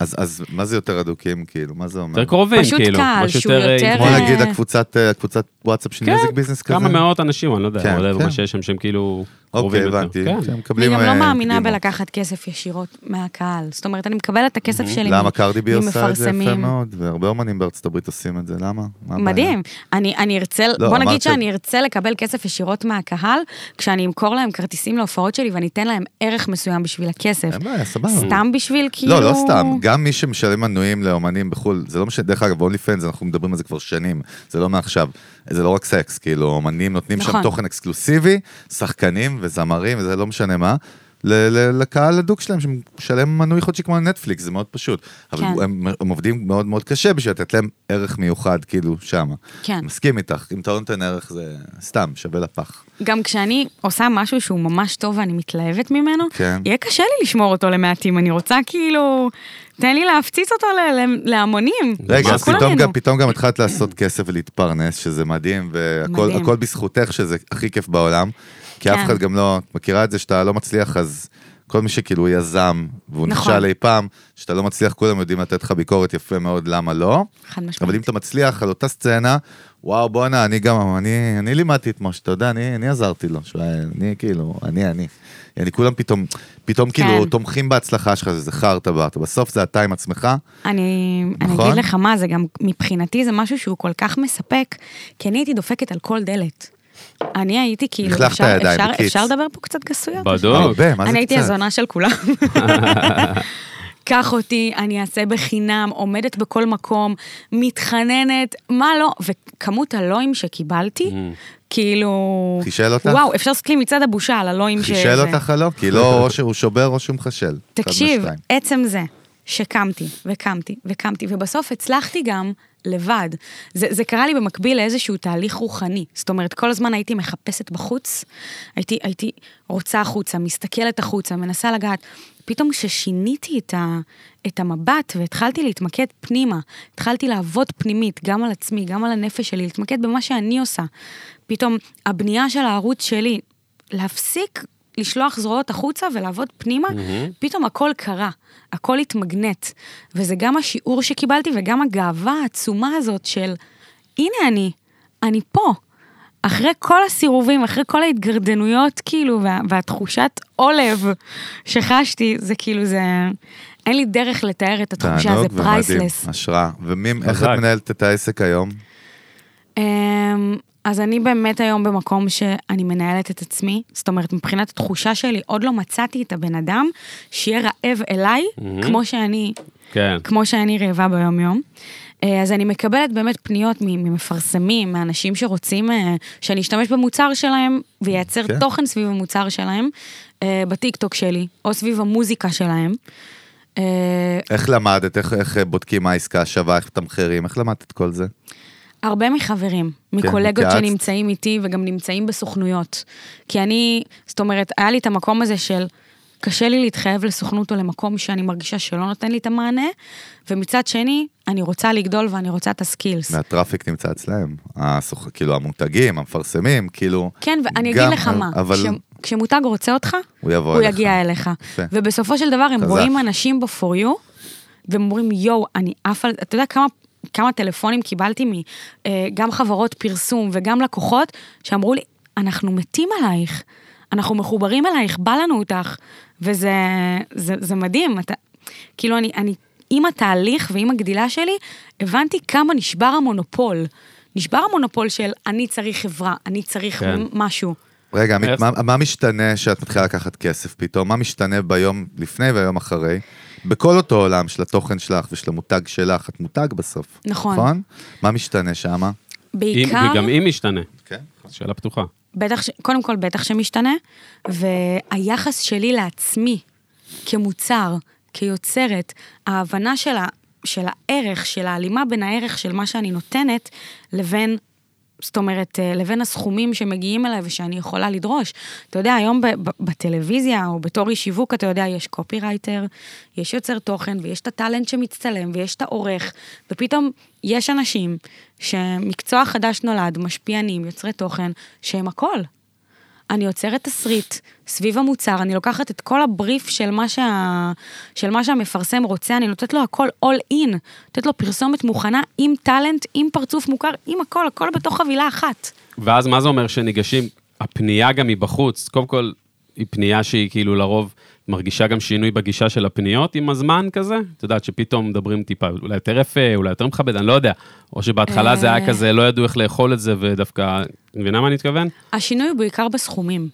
[SPEAKER 4] אז, אז מה זה יותר אדוקים, כאילו, מה זה אומר?
[SPEAKER 1] יותר קרובים,
[SPEAKER 2] פשוט
[SPEAKER 1] כאילו.
[SPEAKER 2] קהל
[SPEAKER 1] משהו
[SPEAKER 2] שהוא
[SPEAKER 1] אה,
[SPEAKER 2] יותר-
[SPEAKER 4] כמו
[SPEAKER 1] אינטימי.
[SPEAKER 2] אה,
[SPEAKER 4] נגיד הקבוצת, אה, הקבוצת וואטסאפ של
[SPEAKER 1] כן,
[SPEAKER 4] מיוזיק ביזנס כזה?
[SPEAKER 1] כמה מאות אנשים, אני לא יודע,
[SPEAKER 4] כן,
[SPEAKER 1] אבל
[SPEAKER 4] כן.
[SPEAKER 1] מה שיש שם, שהם כאילו...
[SPEAKER 4] אוקיי,
[SPEAKER 1] קרובים יותר.
[SPEAKER 4] הבנתי.
[SPEAKER 1] כן.
[SPEAKER 4] שהם
[SPEAKER 2] אני
[SPEAKER 4] מקבלים,
[SPEAKER 2] גם לא
[SPEAKER 4] אה,
[SPEAKER 2] מאמינה
[SPEAKER 4] קדימות.
[SPEAKER 2] בלקחת כסף ישירות מהקהל. זאת אומרת, אני מקבלת את הכסף שלי
[SPEAKER 4] למה קרדי בי עושה את זה יפה
[SPEAKER 2] ממפרסמים.
[SPEAKER 4] מאוד, והרבה אומנים בארצות הברית עושים את זה, למה? מה הבעיה?
[SPEAKER 2] מדהים. אני, אני ארצה,
[SPEAKER 4] לא,
[SPEAKER 2] לא, בוא
[SPEAKER 4] אמרת
[SPEAKER 2] נגיד
[SPEAKER 4] ש-
[SPEAKER 2] שאני ארצה לקבל כסף ישירות מהקהל, כשאני אמכור להם כרטיסים להופעות שלי ואני אתן להם ערך מסוים בשביל הכסף.
[SPEAKER 4] אין בעיה, סבבה.
[SPEAKER 2] סתם בשביל כאילו...
[SPEAKER 4] לא, לא סתם, גם מי שמשלם מנויים לאומנים בחו"ל, זה לא משנה, דרך אגב, אונלי פנס, אנחנו מדברים על זה כבר שנים, זה לא מעכשיו, זה לא רק סקס, כאילו, אומנים נותנים שם
[SPEAKER 2] נכון.
[SPEAKER 4] תוכן אקסקלוסיבי, שחקנים וזמרים, זה לא משנה מה, ל- ל- לקהל הדוק שלהם, שמשלם מנוי חודשי כמו נטפליקס, זה מאוד פשוט. אבל
[SPEAKER 2] כן.
[SPEAKER 4] הם הם עובדים מאוד מאוד קשה בשביל לתת להם ערך מיוחד, כאילו, שמה.
[SPEAKER 2] כן.
[SPEAKER 4] מסכים איתך, אם אתה לא נותן ערך זה סתם, שווה לפח.
[SPEAKER 2] גם כשאני עושה משהו שהוא ממש טוב ואני מתלהבת ממנו,
[SPEAKER 4] כן.
[SPEAKER 2] יהיה קשה לי לשמור אותו למעטים. אני רוצה כאילו... תן לי להפציץ אותו ל- ל- להמונים.
[SPEAKER 4] רגע,
[SPEAKER 1] מה
[SPEAKER 4] אז
[SPEAKER 1] כולם
[SPEAKER 4] פתאום
[SPEAKER 2] כולנו.
[SPEAKER 4] גם, פתאום גם התחלת לעשות כסף ולהתפרנס, שזה מדהים, והכל
[SPEAKER 2] מדהים.
[SPEAKER 4] הכל בזכותך, שזה הכי כיף בעולם. כי אף
[SPEAKER 2] כן.
[SPEAKER 4] אחד גם לא, את מכירה את זה שאתה לא מצליח, אז כל מי שכאילו יזם, והוא
[SPEAKER 2] נכון.
[SPEAKER 4] נכשל אי פעם, שאתה לא מצליח, כולם יודעים לתת לך ביקורת יפה מאוד, למה לא.
[SPEAKER 2] חד משמעית.
[SPEAKER 4] אבל אם אתה מצליח על אותה סצנה, וואו, בואנה, אני גם, אני, אני לימדתי את משה, אתה יודע, אני, אני עזרתי לו, שהוא היה, אני כאילו, אני, אני. אני כולם פתאום, פתאום
[SPEAKER 2] כן.
[SPEAKER 4] כאילו תומכים בהצלחה שלך, זה חרטא ברטא, בסוף זה אתה עם עצמך,
[SPEAKER 2] אני,
[SPEAKER 4] נכון?
[SPEAKER 2] אני אגיד לך מה, זה גם מבחינתי זה משהו שהוא כל כך מספק, כי אני הייתי דופקת על כל דלת. אני הייתי כאילו,
[SPEAKER 4] לכלכת
[SPEAKER 2] אפשר,
[SPEAKER 4] ידיים,
[SPEAKER 2] אפשר,
[SPEAKER 4] בקיץ.
[SPEAKER 2] אפשר לדבר פה קצת גסויות?
[SPEAKER 1] בדוק.
[SPEAKER 4] הרבה, מה זה קצת?
[SPEAKER 2] אני הייתי הזונה של כולם. קח אותי, אני אעשה בחינם, עומדת בכל מקום, מתחננת, מה לא, וכמות הלואים שקיבלתי, כאילו...
[SPEAKER 4] חישל אותך?
[SPEAKER 2] וואו, אפשר לעשות לי מצעד הבושה על הלואים ש...
[SPEAKER 4] חישל אותך או לא? כי לא, או שהוא שובר או שהוא מחשל. אחד
[SPEAKER 2] תקשיב,
[SPEAKER 4] מהשתיים.
[SPEAKER 2] עצם זה שקמתי וקמתי וקמתי, ובסוף הצלחתי גם לבד. זה, זה קרה לי במקביל לאיזשהו תהליך רוחני. זאת אומרת, כל הזמן הייתי מחפשת בחוץ, הייתי, הייתי רוצה החוצה, מסתכלת החוצה, מנסה לגעת. פתאום כששיניתי את, ה, את המבט והתחלתי להתמקד פנימה, התחלתי לעבוד פנימית, גם על עצמי, גם על הנפש שלי, להתמקד במה שאני עושה. פתאום הבנייה של הערוץ שלי, להפסיק לשלוח זרועות החוצה ולעבוד פנימה, mm-hmm. פתאום הכל קרה, הכל התמגנט. וזה גם השיעור שקיבלתי וגם הגאווה העצומה הזאת של, הנה אני, אני פה. אחרי כל הסירובים, אחרי כל ההתגרדנויות, כאילו, וה, והתחושת עולב שחשתי, זה כאילו, זה... אין לי דרך לתאר את התחושה,
[SPEAKER 4] תענוג
[SPEAKER 2] זה
[SPEAKER 4] ומדהים,
[SPEAKER 2] פרייסלס.
[SPEAKER 4] השראה. ואיך את
[SPEAKER 1] חזק.
[SPEAKER 4] מנהלת את העסק היום?
[SPEAKER 2] אמ, אז אני באמת היום במקום שאני מנהלת את עצמי, זאת אומרת, מבחינת התחושה שלי, עוד לא מצאתי את הבן אדם שיהיה רעב אליי, כמו שאני
[SPEAKER 1] כן.
[SPEAKER 2] כמו שאני רעבה ביום-יום. אה, אז אני מקבלת באמת פניות מ- ממפרסמים, מאנשים שרוצים אה, שאני אשתמש במוצר שלהם וייצר
[SPEAKER 4] כן.
[SPEAKER 2] כן. תוכן סביב המוצר שלהם, אה, בטיקטוק שלי, או סביב המוזיקה שלהם. אה,
[SPEAKER 4] איך למדת, איך, איך אה, בודקים מה העסקה שווה, איך מתמחרים, איך למדת את כל זה?
[SPEAKER 2] הרבה מחברים,
[SPEAKER 4] כן,
[SPEAKER 2] מקולגות
[SPEAKER 4] התייעצת?
[SPEAKER 2] שנמצאים איתי וגם נמצאים בסוכנויות. כי אני, זאת אומרת, היה לי את המקום הזה של קשה לי להתחייב לסוכנות או למקום שאני מרגישה שלא נותן לי את המענה, ומצד שני, אני רוצה לגדול ואני רוצה את הסקילס.
[SPEAKER 4] והטראפיק נמצא אצלהם, הסוכ... כאילו המותגים, המפרסמים, כאילו...
[SPEAKER 2] כן, ואני
[SPEAKER 4] גם,
[SPEAKER 2] אגיד לך מה,
[SPEAKER 4] אבל
[SPEAKER 2] כש- כשמותג רוצה אותך,
[SPEAKER 4] הוא יבוא
[SPEAKER 2] הוא
[SPEAKER 4] אליך.
[SPEAKER 2] יגיע אליך.
[SPEAKER 4] יפה.
[SPEAKER 2] ובסופו של דבר הם
[SPEAKER 4] חזק.
[SPEAKER 2] רואים אנשים ב-for you, והם אומרים, יואו, אני עף על... אתה יודע כמה... כמה טלפונים קיבלתי מגם חברות פרסום וגם לקוחות, שאמרו לי, אנחנו מתים עלייך, אנחנו מחוברים אלייך, בא לנו אותך. וזה זה, זה מדהים, אתה, כאילו אני, אני עם התהליך ועם הגדילה שלי, הבנתי כמה נשבר המונופול. נשבר המונופול של אני צריך חברה, אני צריך
[SPEAKER 1] כן.
[SPEAKER 2] כן. משהו.
[SPEAKER 4] רגע, עמית,
[SPEAKER 1] איך-
[SPEAKER 4] מה, מה משתנה שאת מתחילה לקחת כסף פתאום? מה משתנה ביום לפני והיום אחרי? בכל אותו עולם של התוכן שלך ושל המותג שלך, את מותג בסוף.
[SPEAKER 2] נכון.
[SPEAKER 4] נכון? מה משתנה שמה?
[SPEAKER 1] אם-
[SPEAKER 2] בעיקר...
[SPEAKER 1] וגם אם משתנה.
[SPEAKER 4] כן.
[SPEAKER 1] שאלה פתוחה.
[SPEAKER 2] בטח, ש- קודם כל בטח שמשתנה, והיחס שלי לעצמי כמוצר, כיוצרת, ההבנה של, ה, של הערך, של ההלימה בין הערך של מה שאני נותנת לבין, זאת אומרת, אה, לבין הסכומים שמגיעים אליי ושאני יכולה לדרוש. אתה יודע, היום ב, ב, בטלוויזיה או בתור איש שיווק, אתה יודע, יש קופירייטר, יש יוצר תוכן ויש את הטאלנט שמצטלם ויש את העורך, ופתאום יש אנשים שמקצוע חדש נולד, משפיענים, יוצרי תוכן, שהם הכל. אני יוצרת תסריט סביב המוצר, אני לוקחת את כל הבריף של מה, שה... של מה שהמפרסם רוצה, אני נותנת לו הכל all in, נותנת לו פרסומת מוכנה עם טאלנט, עם פרצוף מוכר, עם הכל, הכל בתוך חבילה אחת.
[SPEAKER 1] ואז מה זה אומר שניגשים, הפנייה גם מבחוץ, קודם כל, היא פנייה שהיא כאילו לרוב מרגישה גם שינוי בגישה של הפניות עם הזמן כזה? את יודעת שפתאום מדברים טיפה, אולי יותר יפה, אולי יותר מכבד, אני לא יודע. או שבהתחלה זה היה
[SPEAKER 2] אה.
[SPEAKER 1] כזה, לא ידעו איך לאכול את זה, ודווקא, מבינה מה אני מתכוון?
[SPEAKER 4] לא
[SPEAKER 2] השינוי הוא בעיקר בסכומים.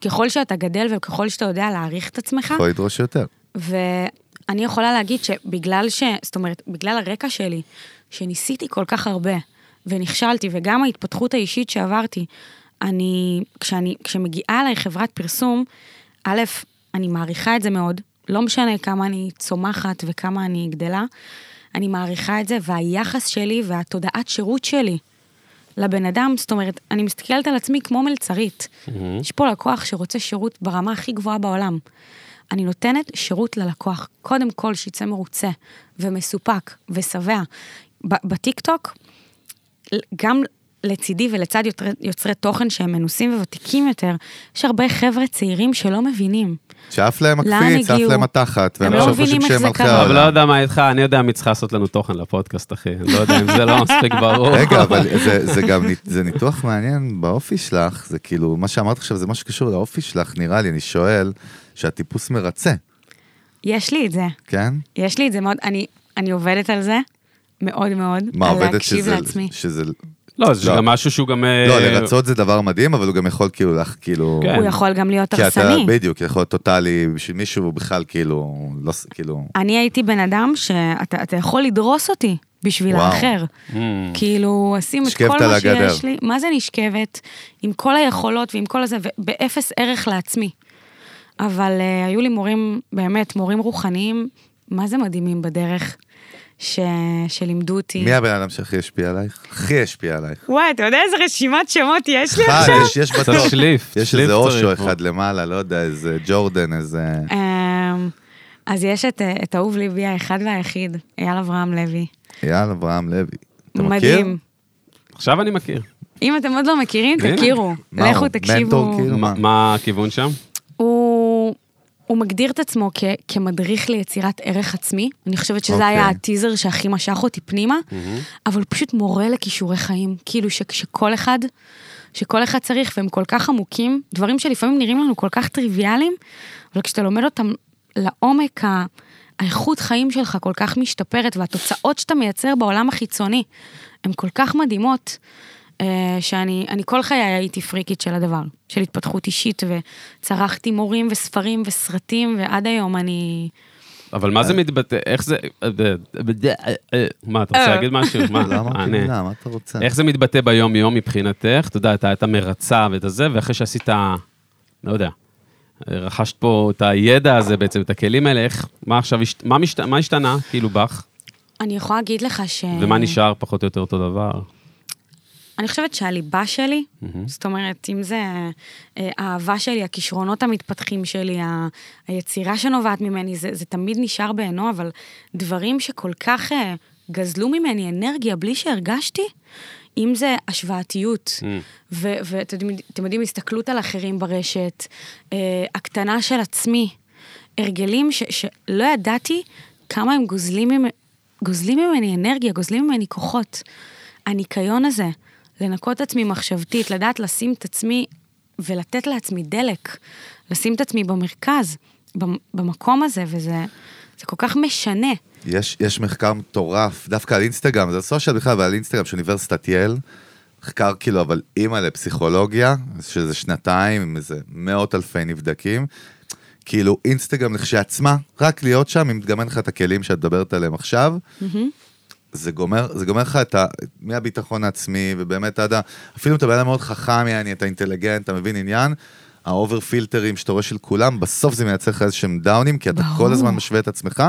[SPEAKER 2] ככל שאתה גדל וככל שאתה יודע להעריך את עצמך,
[SPEAKER 4] יכול לדרוש לא יותר.
[SPEAKER 2] ואני יכולה להגיד שבגלל ש... זאת אומרת, בגלל הרקע שלי, שניסיתי כל כך הרבה, ונכשלתי, וגם ההתפתחות האישית שעברתי, אני... כשאני... כשמגיעה אליי חברת פרסום, א', אני מעריכה את זה מאוד, לא משנה כמה אני צומחת וכמה אני גדלה, אני מעריכה את זה, והיחס שלי והתודעת שירות שלי לבן אדם, זאת אומרת, אני מסתכלת על עצמי כמו מלצרית. יש פה לקוח שרוצה שירות ברמה הכי גבוהה בעולם. אני נותנת שירות ללקוח, קודם כל שיצא מרוצה ומסופק ושבע. ב- בטיקטוק, ל- גם לצידי ולצד יוצרי, יוצרי תוכן שהם מנוסים וותיקים יותר, יש הרבה חבר'ה צעירים שלא מבינים.
[SPEAKER 4] שאף להם
[SPEAKER 2] לאן
[SPEAKER 4] הקפיץ, שאף
[SPEAKER 2] הגיעו?
[SPEAKER 4] להם התחת,
[SPEAKER 2] הם
[SPEAKER 4] והם
[SPEAKER 2] לא
[SPEAKER 4] עכשיו
[SPEAKER 2] מבינים
[SPEAKER 4] חושבים
[SPEAKER 2] איך
[SPEAKER 4] שהם
[SPEAKER 2] זה
[SPEAKER 4] מלכי
[SPEAKER 2] קרה.
[SPEAKER 1] אבל לא
[SPEAKER 4] העולם.
[SPEAKER 1] יודע מה איתך, אני יודע מי צריך לעשות לנו תוכן לפודקאסט, אחי. אני לא יודע אם זה לא מספיק ברור.
[SPEAKER 4] רגע, אבל זה- זה גם נית- זה ניתוח מעניין באופי שלך, זה כאילו, מה שאמרת עכשיו זה משהו שקשור לאופי שלך, נראה לי, אני שואל, שאת טיפוס מרצה,
[SPEAKER 2] יש לי את זה,
[SPEAKER 4] כן?
[SPEAKER 2] יש לי את זה מאוד, אני, אני עובדת על זה, מאוד מאוד,
[SPEAKER 4] מה,
[SPEAKER 2] על
[SPEAKER 4] עובדת
[SPEAKER 2] להקשיב
[SPEAKER 4] שזה...
[SPEAKER 2] לעצמי.
[SPEAKER 4] שזה...
[SPEAKER 1] לא, זה
[SPEAKER 4] לא.
[SPEAKER 1] גם משהו שהוא גם... אה,
[SPEAKER 4] לא, לרצות זה דבר מדהים, אבל הוא גם יכול כאילו לך, כאילו...
[SPEAKER 1] כן.
[SPEAKER 2] הוא יכול גם להיות
[SPEAKER 4] כי אתה,
[SPEAKER 2] הרסני.
[SPEAKER 4] בדיוק, יכול להיות טוטאלי בשביל מישהו, הוא בכלל כאילו, לא, ס- כאילו,
[SPEAKER 2] אני הייתי בן אדם שאתה אתה יכול לדרוס אותי בשביל
[SPEAKER 4] וואו.
[SPEAKER 2] האחר. כאילו, אשים את
[SPEAKER 4] נשכבת
[SPEAKER 2] כל
[SPEAKER 4] על
[SPEAKER 2] מה
[SPEAKER 4] הגדר.
[SPEAKER 2] שיש לי, מה זה נשכבת? עם כל היכולות ועם כל הזה, ובאפס ערך לעצמי. אבל uh, היו לי מורים, באמת, מורים רוחניים, מה זה מדהימים בדרך, ש... שלימדו אותי.
[SPEAKER 4] מי הבן אדם שהכי השפיע עלייך? הכי השפיע עלייך.
[SPEAKER 2] וואי, אתה יודע איזה רשימת שמות יש לי
[SPEAKER 4] אחד,
[SPEAKER 2] עכשיו?
[SPEAKER 4] יש, יש
[SPEAKER 1] צריך
[SPEAKER 4] בטוח,
[SPEAKER 1] כן, שליף,
[SPEAKER 4] יש
[SPEAKER 1] שליף
[SPEAKER 4] איזה
[SPEAKER 1] צריך
[SPEAKER 4] אושו
[SPEAKER 1] פה.
[SPEAKER 4] אחד למעלה, לא יודע, איזה ג'ורדן, איזה...
[SPEAKER 2] אמ, אז יש את, אה, את אהוב ליבי האחד והיחיד, אייל אברהם לוי.
[SPEAKER 4] אייל אברהם לוי. אתה מכיר?
[SPEAKER 2] מדהים.
[SPEAKER 1] עכשיו אני מכיר.
[SPEAKER 2] אם אתם עוד לא מכירים,
[SPEAKER 1] הנה.
[SPEAKER 2] תכירו.
[SPEAKER 4] מה הוא,
[SPEAKER 2] לכו
[SPEAKER 4] מנטור
[SPEAKER 2] תקשיבו.
[SPEAKER 4] כאילו? מה?
[SPEAKER 1] מה- מה הכיוון שם?
[SPEAKER 2] הוא, הוא מגדיר את עצמו כ, כמדריך ליצירת ערך עצמי. אני חושבת שזה okay.
[SPEAKER 4] אוקיי.
[SPEAKER 2] היה הטיזר שהכי משך אותי פנימה, אבל הוא פשוט מורה לכישורי חיים, כאילו ש, שכל אחד, שכל אחד צריך, והם כל כך עמוקים, דברים שלפעמים נראים לנו כל כך טריוויאליים, אבל כשאתה לומד אותם לעומק, ה... האיכות חיים שלך כל כך משתפרת, והתוצאות שאתה מייצר בעולם החיצוני הן כל כך מדהימות, אה, שאני אני כל חיי הייתי פריקית של הדבר, של התפתחות אישית, וצרחתי מורים וספרים וסרטים, ועד היום אני...
[SPEAKER 1] אבל מה
[SPEAKER 4] אה.
[SPEAKER 1] זה מתבטא? איך זה... אה, מה, אתה רוצה
[SPEAKER 2] אה.
[SPEAKER 1] להגיד משהו? מה?
[SPEAKER 4] לא אמרתי
[SPEAKER 1] אני-
[SPEAKER 4] מילה, מה אתה רוצה?
[SPEAKER 1] איך זה מתבטא ביום-יום מבחינתך? אתה יודע, אתה היית מרצה ואת הזה, ואחרי שעשית, לא יודע, אה, רכשת פה את הידע הזה בעצם, את הכלים האלה, איך, מה עכשיו, השת- מה, משת, מה השתנה, כאילו, בך?
[SPEAKER 2] אני יכולה להגיד לך ש...
[SPEAKER 1] ומה נשאר פחות או יותר אותו דבר?
[SPEAKER 2] אני חושבת שהליבה שלי, זאת אומרת, אם זה אה, האהבה שלי, הכישרונות המתפתחים שלי, ה- היצירה שנובעת ממני, זה, זה תמיד נשאר בעינו, אבל דברים שכל כך אה, גזלו ממני אנרגיה בלי שהרגשתי, אם זה השוואתיות, ואתם יודעים, הסתכלות על אחרים ברשת, אה, הקטנה של עצמי, הרגלים ש, שלא ידעתי כמה הם גוזלים, ממ- גוזלים ממני אנרגיה, גוזלים ממני כוחות. הניקיון הזה, לנקות את עצמי מחשבתית, לדעת לשים את עצמי ולתת לעצמי דלק, לשים את עצמי במרכז, במ- במקום הזה, וזה זה כל כך משנה.
[SPEAKER 4] יש, יש מחקר מטורף, דווקא על אינסטגרם, זה סושיאל בכלל, אבל על אינסטגרם של אוניברסיטת יל, מחקר כאילו, אבל אימא לפסיכולוגיה, שזה שנתיים, עם איזה מאות אלפי נבדקים. כאילו, אינסטגרם לכשעצמה, רק להיות שם, אם תגמן לך את הכלים שאת מדברת עליהם עכשיו, זה גומר, זה גומר לך את ה... מהביטחון העצמי, ובאמת עד ה... אפילו אם אתה בן אדם מאוד חכם, יעני, אתה אינטליגנט, אתה מבין עניין, האובר פילטרים שאתה רואה של כולם, בסוף זה מייצר לך איזה שהם דאונים, כי אתה
[SPEAKER 2] ברור.
[SPEAKER 4] כל הזמן משווה את עצמך,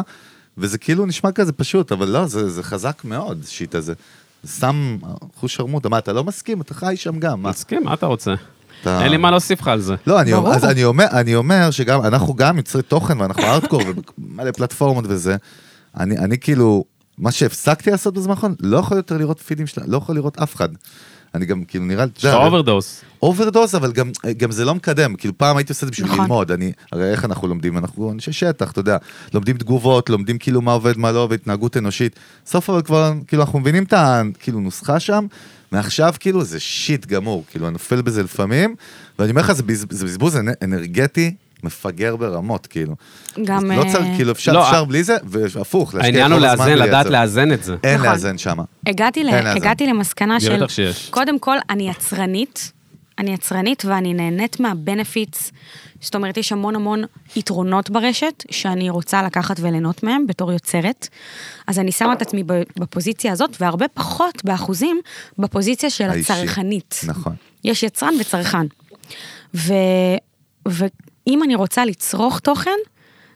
[SPEAKER 4] וזה כאילו נשמע כזה פשוט, אבל לא, זה, זה חזק מאוד, שיט הזה. זה שם חוש שרמוטה, מה, אתה לא מסכים? אתה חי שם גם, מה?
[SPEAKER 1] מסכים, מה אתה רוצה?
[SPEAKER 4] אתה-
[SPEAKER 1] אין לי מה להוסיף לך על זה.
[SPEAKER 4] לא, אני,
[SPEAKER 2] ברור.
[SPEAKER 4] אומר, אז אני, אומר, אני אומר שגם, אנחנו גם יוצרי תוכן ואנחנו ארטקור ומלא פלטפורמות וזה. אני, אני כאילו, מה שהפסקתי לעשות בזמן האחרון, לא יכול יותר לראות פידים שלה, לא יכול לראות אף אחד. אני גם כאילו נראה לי,
[SPEAKER 1] יש לך אוברדוס.
[SPEAKER 4] אוברדוס, אבל גם, גם זה לא מקדם, כאילו פעם הייתי עושה את זה בשביל
[SPEAKER 2] נכון.
[SPEAKER 4] ללמוד, אני, הרי איך אנחנו לומדים, אנחנו אנשי שטח, אתה יודע, לומדים תגובות, לומדים כאילו מה עובד, מה לא עובד, התנהגות אנושית, בסוף אבל כבר, כאילו אנחנו מבינים את הנוסחה שם, מעכשיו כאילו זה שיט גמור, כאילו אני נופל בזה לפעמים, ואני אומר לך, זה, בז, זה בזבוז אנ- אנרגטי. מפגר ברמות, כאילו.
[SPEAKER 2] גם,
[SPEAKER 4] לא צריך,
[SPEAKER 2] אה,
[SPEAKER 4] כאילו, אפשר,
[SPEAKER 1] לא,
[SPEAKER 4] אפשר
[SPEAKER 1] ה-
[SPEAKER 4] בלי זה, והפוך, להשקיע
[SPEAKER 1] העניין
[SPEAKER 4] כל
[SPEAKER 1] הוא
[SPEAKER 4] הזמן אה,
[SPEAKER 1] לאזן, לדעת
[SPEAKER 4] ולייצר.
[SPEAKER 1] לאזן את זה.
[SPEAKER 4] אין
[SPEAKER 2] נכון.
[SPEAKER 4] לאזן שם.
[SPEAKER 2] הגעתי, ל...
[SPEAKER 4] אין לאזן.
[SPEAKER 2] הגעתי למסקנה של...
[SPEAKER 1] בטח שיש.
[SPEAKER 2] קודם כל, אני יצרנית. אני יצרנית ואני נהנית מהבנפיטס. זאת אומרת, יש המון המון יתרונות ברשת שאני רוצה לקחת וליהנות מהם בתור יוצרת. אז אני שמה את עצמי ב- בפוזיציה הזאת, והרבה פחות באחוזים בפוזיציה של
[SPEAKER 4] האישי.
[SPEAKER 2] הצרכנית.
[SPEAKER 4] נכון.
[SPEAKER 2] יש יצרן וצרכן. ו... ואם אני רוצה לצרוך תוכן,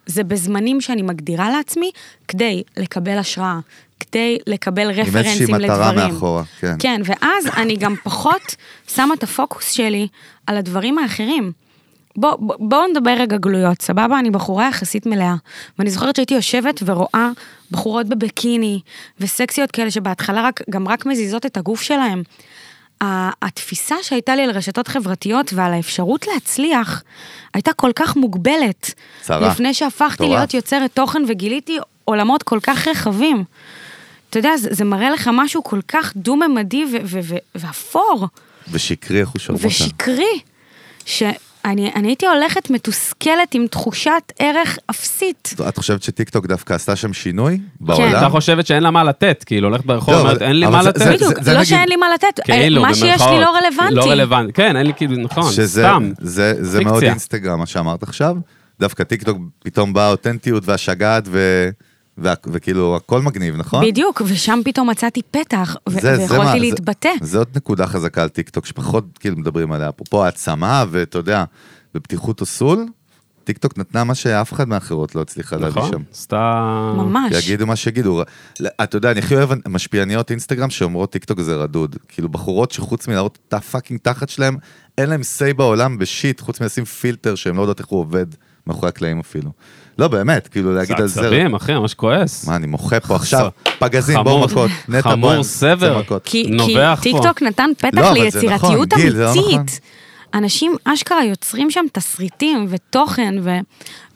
[SPEAKER 2] זה בזמנים שאני מגדירה לעצמי, כדי לקבל השראה, כדי לקבל
[SPEAKER 4] איזושהי
[SPEAKER 2] רפרנסים לדברים.
[SPEAKER 4] מטרה מאחורה, כן.
[SPEAKER 2] כן, ואז אני גם פחות שמה את הפוקוס שלי על הדברים האחרים. בוא- בוא- בואו נדבר רגע גלויות, סבבה? אני בחורה יחסית מלאה. ואני זוכרת שהייתי יושבת ורואה בחורות בבקיני, וסקסיות כאלה שבהתחלה רק, גם רק מזיזות את הגוף שלהם. ה- התפיסה שהייתה לי על רשתות חברתיות ועל האפשרות להצליח, הייתה כל כך מוגבלת.
[SPEAKER 4] צרה.
[SPEAKER 2] לפני שהפכתי
[SPEAKER 4] מטורף.
[SPEAKER 2] להיות יוצרת תוכן וגיליתי עולמות כל כך רחבים. אתה יודע, זה, זה מראה לך משהו כל כך דו-ממדי ו- ו- ו- ואפור
[SPEAKER 4] ושקרי, איך הוא שרמוטה.
[SPEAKER 2] ושקרי, שאני אני הייתי הולכת מתוסכלת עם תחושת ערך אפסית.
[SPEAKER 4] את חושבת שטיקטוק דווקא עשה שם שינוי בעולם?
[SPEAKER 1] אתה חושבת שאין לה מה לתת, כאילו, הולכת ברחוב,
[SPEAKER 4] אה? לא,
[SPEAKER 1] אומרת,
[SPEAKER 4] אבל-
[SPEAKER 1] אין לי
[SPEAKER 4] אבל
[SPEAKER 1] מה
[SPEAKER 4] זה-
[SPEAKER 1] לתת.
[SPEAKER 4] זה-
[SPEAKER 2] בדיוק,
[SPEAKER 4] זה
[SPEAKER 2] לא
[SPEAKER 4] נגיד-
[SPEAKER 2] שאין לי מה לתת,
[SPEAKER 1] כאילו,
[SPEAKER 2] מה שיש לי לא
[SPEAKER 1] במרכאות.
[SPEAKER 2] רלוונטי.
[SPEAKER 1] לא רלוונטי, כן, אין לי כאילו, נכון,
[SPEAKER 4] שזה,
[SPEAKER 1] סתם.
[SPEAKER 4] זה, זה
[SPEAKER 1] פיקציה.
[SPEAKER 4] מאוד אינסטגרם, מה שאמרת עכשיו. דווקא טיקטוק פתאום באה האותנטיות והשגעת, ו, וה, וכאילו הכל מגניב, נכון?
[SPEAKER 2] בדיוק, ושם פתאום מצאתי פתח, ו-
[SPEAKER 4] זה- זה מה-
[SPEAKER 2] ויכולתי
[SPEAKER 4] זה-
[SPEAKER 2] להתבטא.
[SPEAKER 4] זה עוד נקודה חזקה על טיקטוק, שפחות כאילו מדברים עליה. אפרופו העצמה, ואתה יודע, בפתיחות או סול, טיקטוק נתנה מה שאף אחד מהאחרות לא הצליחה להביא
[SPEAKER 1] נכון,
[SPEAKER 4] שם.
[SPEAKER 1] סתם.
[SPEAKER 2] ממש.
[SPEAKER 4] יגידו מה שיגידו. לא, אתה יודע, אני הכי אוהב משפיעניות אינסטגרם שאומרות טיקטוק זה רדוד. כאילו בחורות שחוץ מלהראות את הפאקינג תחת שלהם, אין להם say בעולם בשיט, חוץ מלשים פילטר שהם לא יודעות איך הוא עובד מאחורי הקלעים אפילו. לא, באמת, כאילו
[SPEAKER 1] זה
[SPEAKER 4] להגיד על זה...
[SPEAKER 1] עצבים, אחי, ממש כועס.
[SPEAKER 4] מה, אני מוחה פה עכשיו, פגזים,
[SPEAKER 1] חמור-
[SPEAKER 4] בואו מכות, נטע
[SPEAKER 1] חמור
[SPEAKER 4] בואו,
[SPEAKER 1] סבר.
[SPEAKER 2] כי, כי
[SPEAKER 1] נובח פה.
[SPEAKER 2] טיקטוק נתן פתח
[SPEAKER 4] לא, אבל זה
[SPEAKER 2] ליצירתיות
[SPEAKER 4] נכון, גיל, זה לא נכון.
[SPEAKER 2] אמיתית. אנשים אשכרה יוצרים שם תסריטים ותוכן,